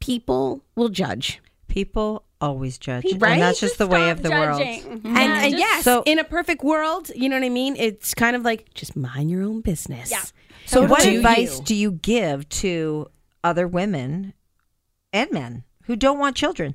[SPEAKER 2] people will judge.
[SPEAKER 3] People always judge.
[SPEAKER 5] People
[SPEAKER 3] And that's
[SPEAKER 5] should
[SPEAKER 3] just the way
[SPEAKER 5] stop
[SPEAKER 3] of the
[SPEAKER 5] judging.
[SPEAKER 3] world.
[SPEAKER 2] And, and
[SPEAKER 5] just-
[SPEAKER 2] yes,
[SPEAKER 3] So-
[SPEAKER 2] in a perfect world, you know what I mean? It's kind of like just mind your own business.
[SPEAKER 5] Yeah.
[SPEAKER 3] So, what
[SPEAKER 2] do you.
[SPEAKER 3] advice do you give to other women and men who don't want children?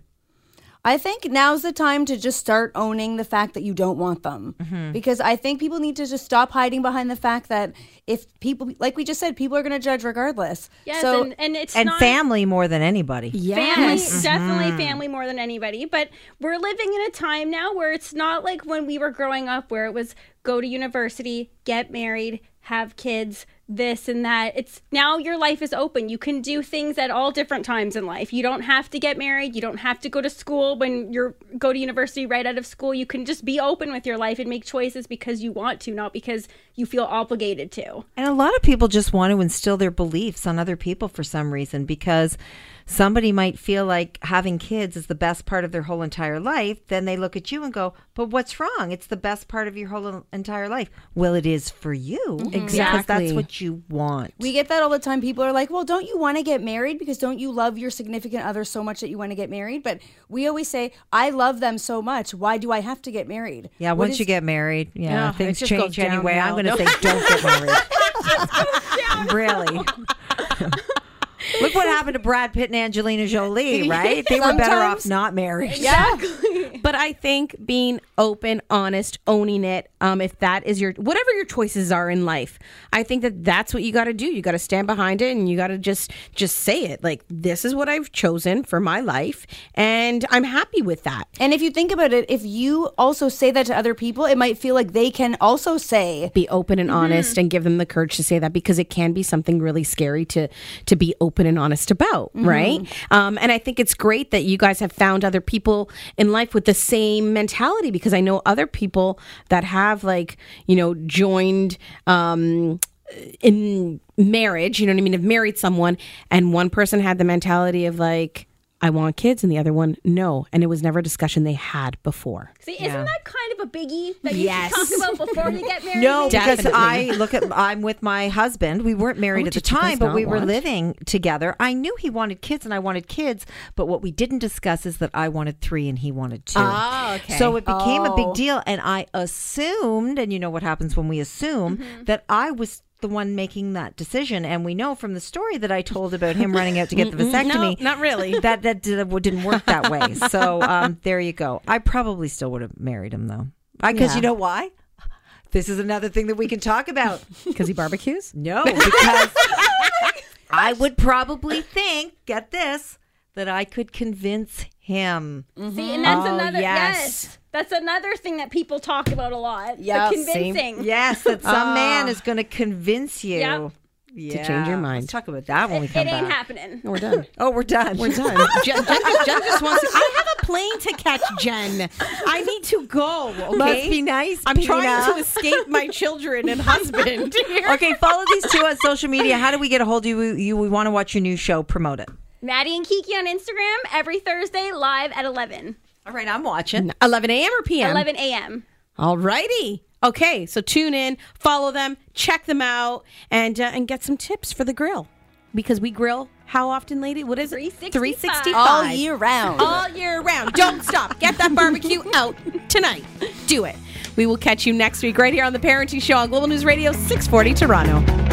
[SPEAKER 4] I think now's the time to just start owning the fact that you don't want them.
[SPEAKER 3] Mm-hmm.
[SPEAKER 4] Because I think people need to just stop hiding behind the fact that if people, like we just said, people are going to judge regardless.
[SPEAKER 5] Yes,
[SPEAKER 4] so
[SPEAKER 5] and, and it's
[SPEAKER 3] and
[SPEAKER 5] not,
[SPEAKER 3] family more than anybody.
[SPEAKER 5] Family, definitely family more than anybody. But we're living in a time now where it's not like when we were growing up, where it was go to university, get married, have kids, this and that. It's now your life is open. You can do things at all different times in life. You don't have to get married. You don't have to go to school when you're go to university right out of school. You can just be open with your life and make choices because you want to, not because you feel obligated to.
[SPEAKER 3] And a lot of people just want to instill their beliefs on other people for some reason because somebody might feel like having kids is the best part of their whole entire life. Then they look at you and go, But what's wrong? It's the best part of your whole entire life. Well, it is for you. Because that's
[SPEAKER 2] Exactly.
[SPEAKER 3] what you want.
[SPEAKER 4] We get that all the time. People are like, well, don't you want to get married? Because don't you love your significant other so much that you want to get married? But we always say, I love them so much. Why do I have to get married?
[SPEAKER 3] yeah,
[SPEAKER 4] What
[SPEAKER 3] once
[SPEAKER 4] is-
[SPEAKER 3] you get married, yeah,
[SPEAKER 2] Yeah, it
[SPEAKER 3] things
[SPEAKER 2] just goes
[SPEAKER 3] change anyway. I'm
[SPEAKER 2] downhill.
[SPEAKER 3] going to say, Don't get married. really. happened to Brad Pitt and Angelina Jolie, right? They were better off
[SPEAKER 4] Sometimes-
[SPEAKER 3] not married.
[SPEAKER 2] But I think being open, honest, owning it, um, if that is your whatever your choices are in life, I think that that's what you got to do. You got to stand behind it, and you got to just just say it. Like this is what I've chosen for my life, and I'm happy with that.
[SPEAKER 4] And if you think about it, if you also say that to other people, it might feel like they can also say,
[SPEAKER 2] Be open and honest, and give them the courage to say that because it can be something really scary to to be open and honest about, right? Um, and I think it's great that you guys have found other people in life with the same mentality because I know other people that have like you know joined. Um, in marriage, you know what I mean, have married someone and one person had the mentality of like, I want kids and the other one, no. And it was never a discussion they had before.
[SPEAKER 5] See, isn't that kind of a biggie that you should talk about before you get married?
[SPEAKER 3] No, because
[SPEAKER 2] Definitely.
[SPEAKER 3] I look at I'm with my husband. We weren't married
[SPEAKER 2] Oh,
[SPEAKER 3] at the
[SPEAKER 2] did you guys
[SPEAKER 3] time, but
[SPEAKER 2] not
[SPEAKER 3] we were
[SPEAKER 2] want?
[SPEAKER 3] living together. I knew he wanted kids and I wanted kids, but what we didn't discuss is that I wanted 3 and he wanted 2.
[SPEAKER 2] Oh, okay. Oh.
[SPEAKER 3] So it became a big deal and I assumed, and you know what happens when we assume
[SPEAKER 2] Mm-hmm.
[SPEAKER 3] that I was the one making that decision and we know from the story that I told about him running out to get the vasectomy
[SPEAKER 2] No, not really.
[SPEAKER 3] that that did, didn't work that way so um, there you go I probably still would have married him though because you know why this is another thing that we can talk about.
[SPEAKER 2] Because he barbecues?
[SPEAKER 3] No, because I would probably think, get this, that I could convince him.
[SPEAKER 5] See, and that's
[SPEAKER 3] Oh,
[SPEAKER 5] another
[SPEAKER 3] yes.
[SPEAKER 5] yes. That's another thing that people talk about a lot.
[SPEAKER 4] Yeah,
[SPEAKER 5] the
[SPEAKER 4] see?
[SPEAKER 5] convincing.
[SPEAKER 3] Yes, that some man is going to convince you
[SPEAKER 5] Yep.
[SPEAKER 3] Yeah.
[SPEAKER 2] change your mind.
[SPEAKER 3] Let's talk about that when we
[SPEAKER 5] It
[SPEAKER 3] come
[SPEAKER 5] ain't
[SPEAKER 3] back.
[SPEAKER 5] happening.
[SPEAKER 2] We're done.
[SPEAKER 3] oh, we're done.
[SPEAKER 2] We're done. Jen, Jen, Jen just wants to. I have a plane to catch, Jen. I need to go. Okay.
[SPEAKER 3] Must be nice.
[SPEAKER 2] I'm trying
[SPEAKER 3] Pina.
[SPEAKER 2] to escape my children and husband.
[SPEAKER 3] okay, follow these two on social media. How do we get a hold of you? you we want to watch your new show. Promote it.
[SPEAKER 5] Maddie and Kiki on Instagram every Thursday live at 11,
[SPEAKER 3] All right, I'm watching.
[SPEAKER 2] 11 a.m. or p.m.?
[SPEAKER 5] 11 a.m.
[SPEAKER 2] All righty. Okay, so tune in, follow them, check them out, and uh, and get some tips for the grill because we grill how often, lady? What is it?
[SPEAKER 5] 365.
[SPEAKER 2] Three sixty
[SPEAKER 4] all
[SPEAKER 2] five
[SPEAKER 4] year
[SPEAKER 3] Oh,
[SPEAKER 4] round.
[SPEAKER 2] all year round. Don't stop. Get that barbecue out tonight. Do it. We will catch you next week right here on the Parenting Show on Global News Radio 640 Toronto.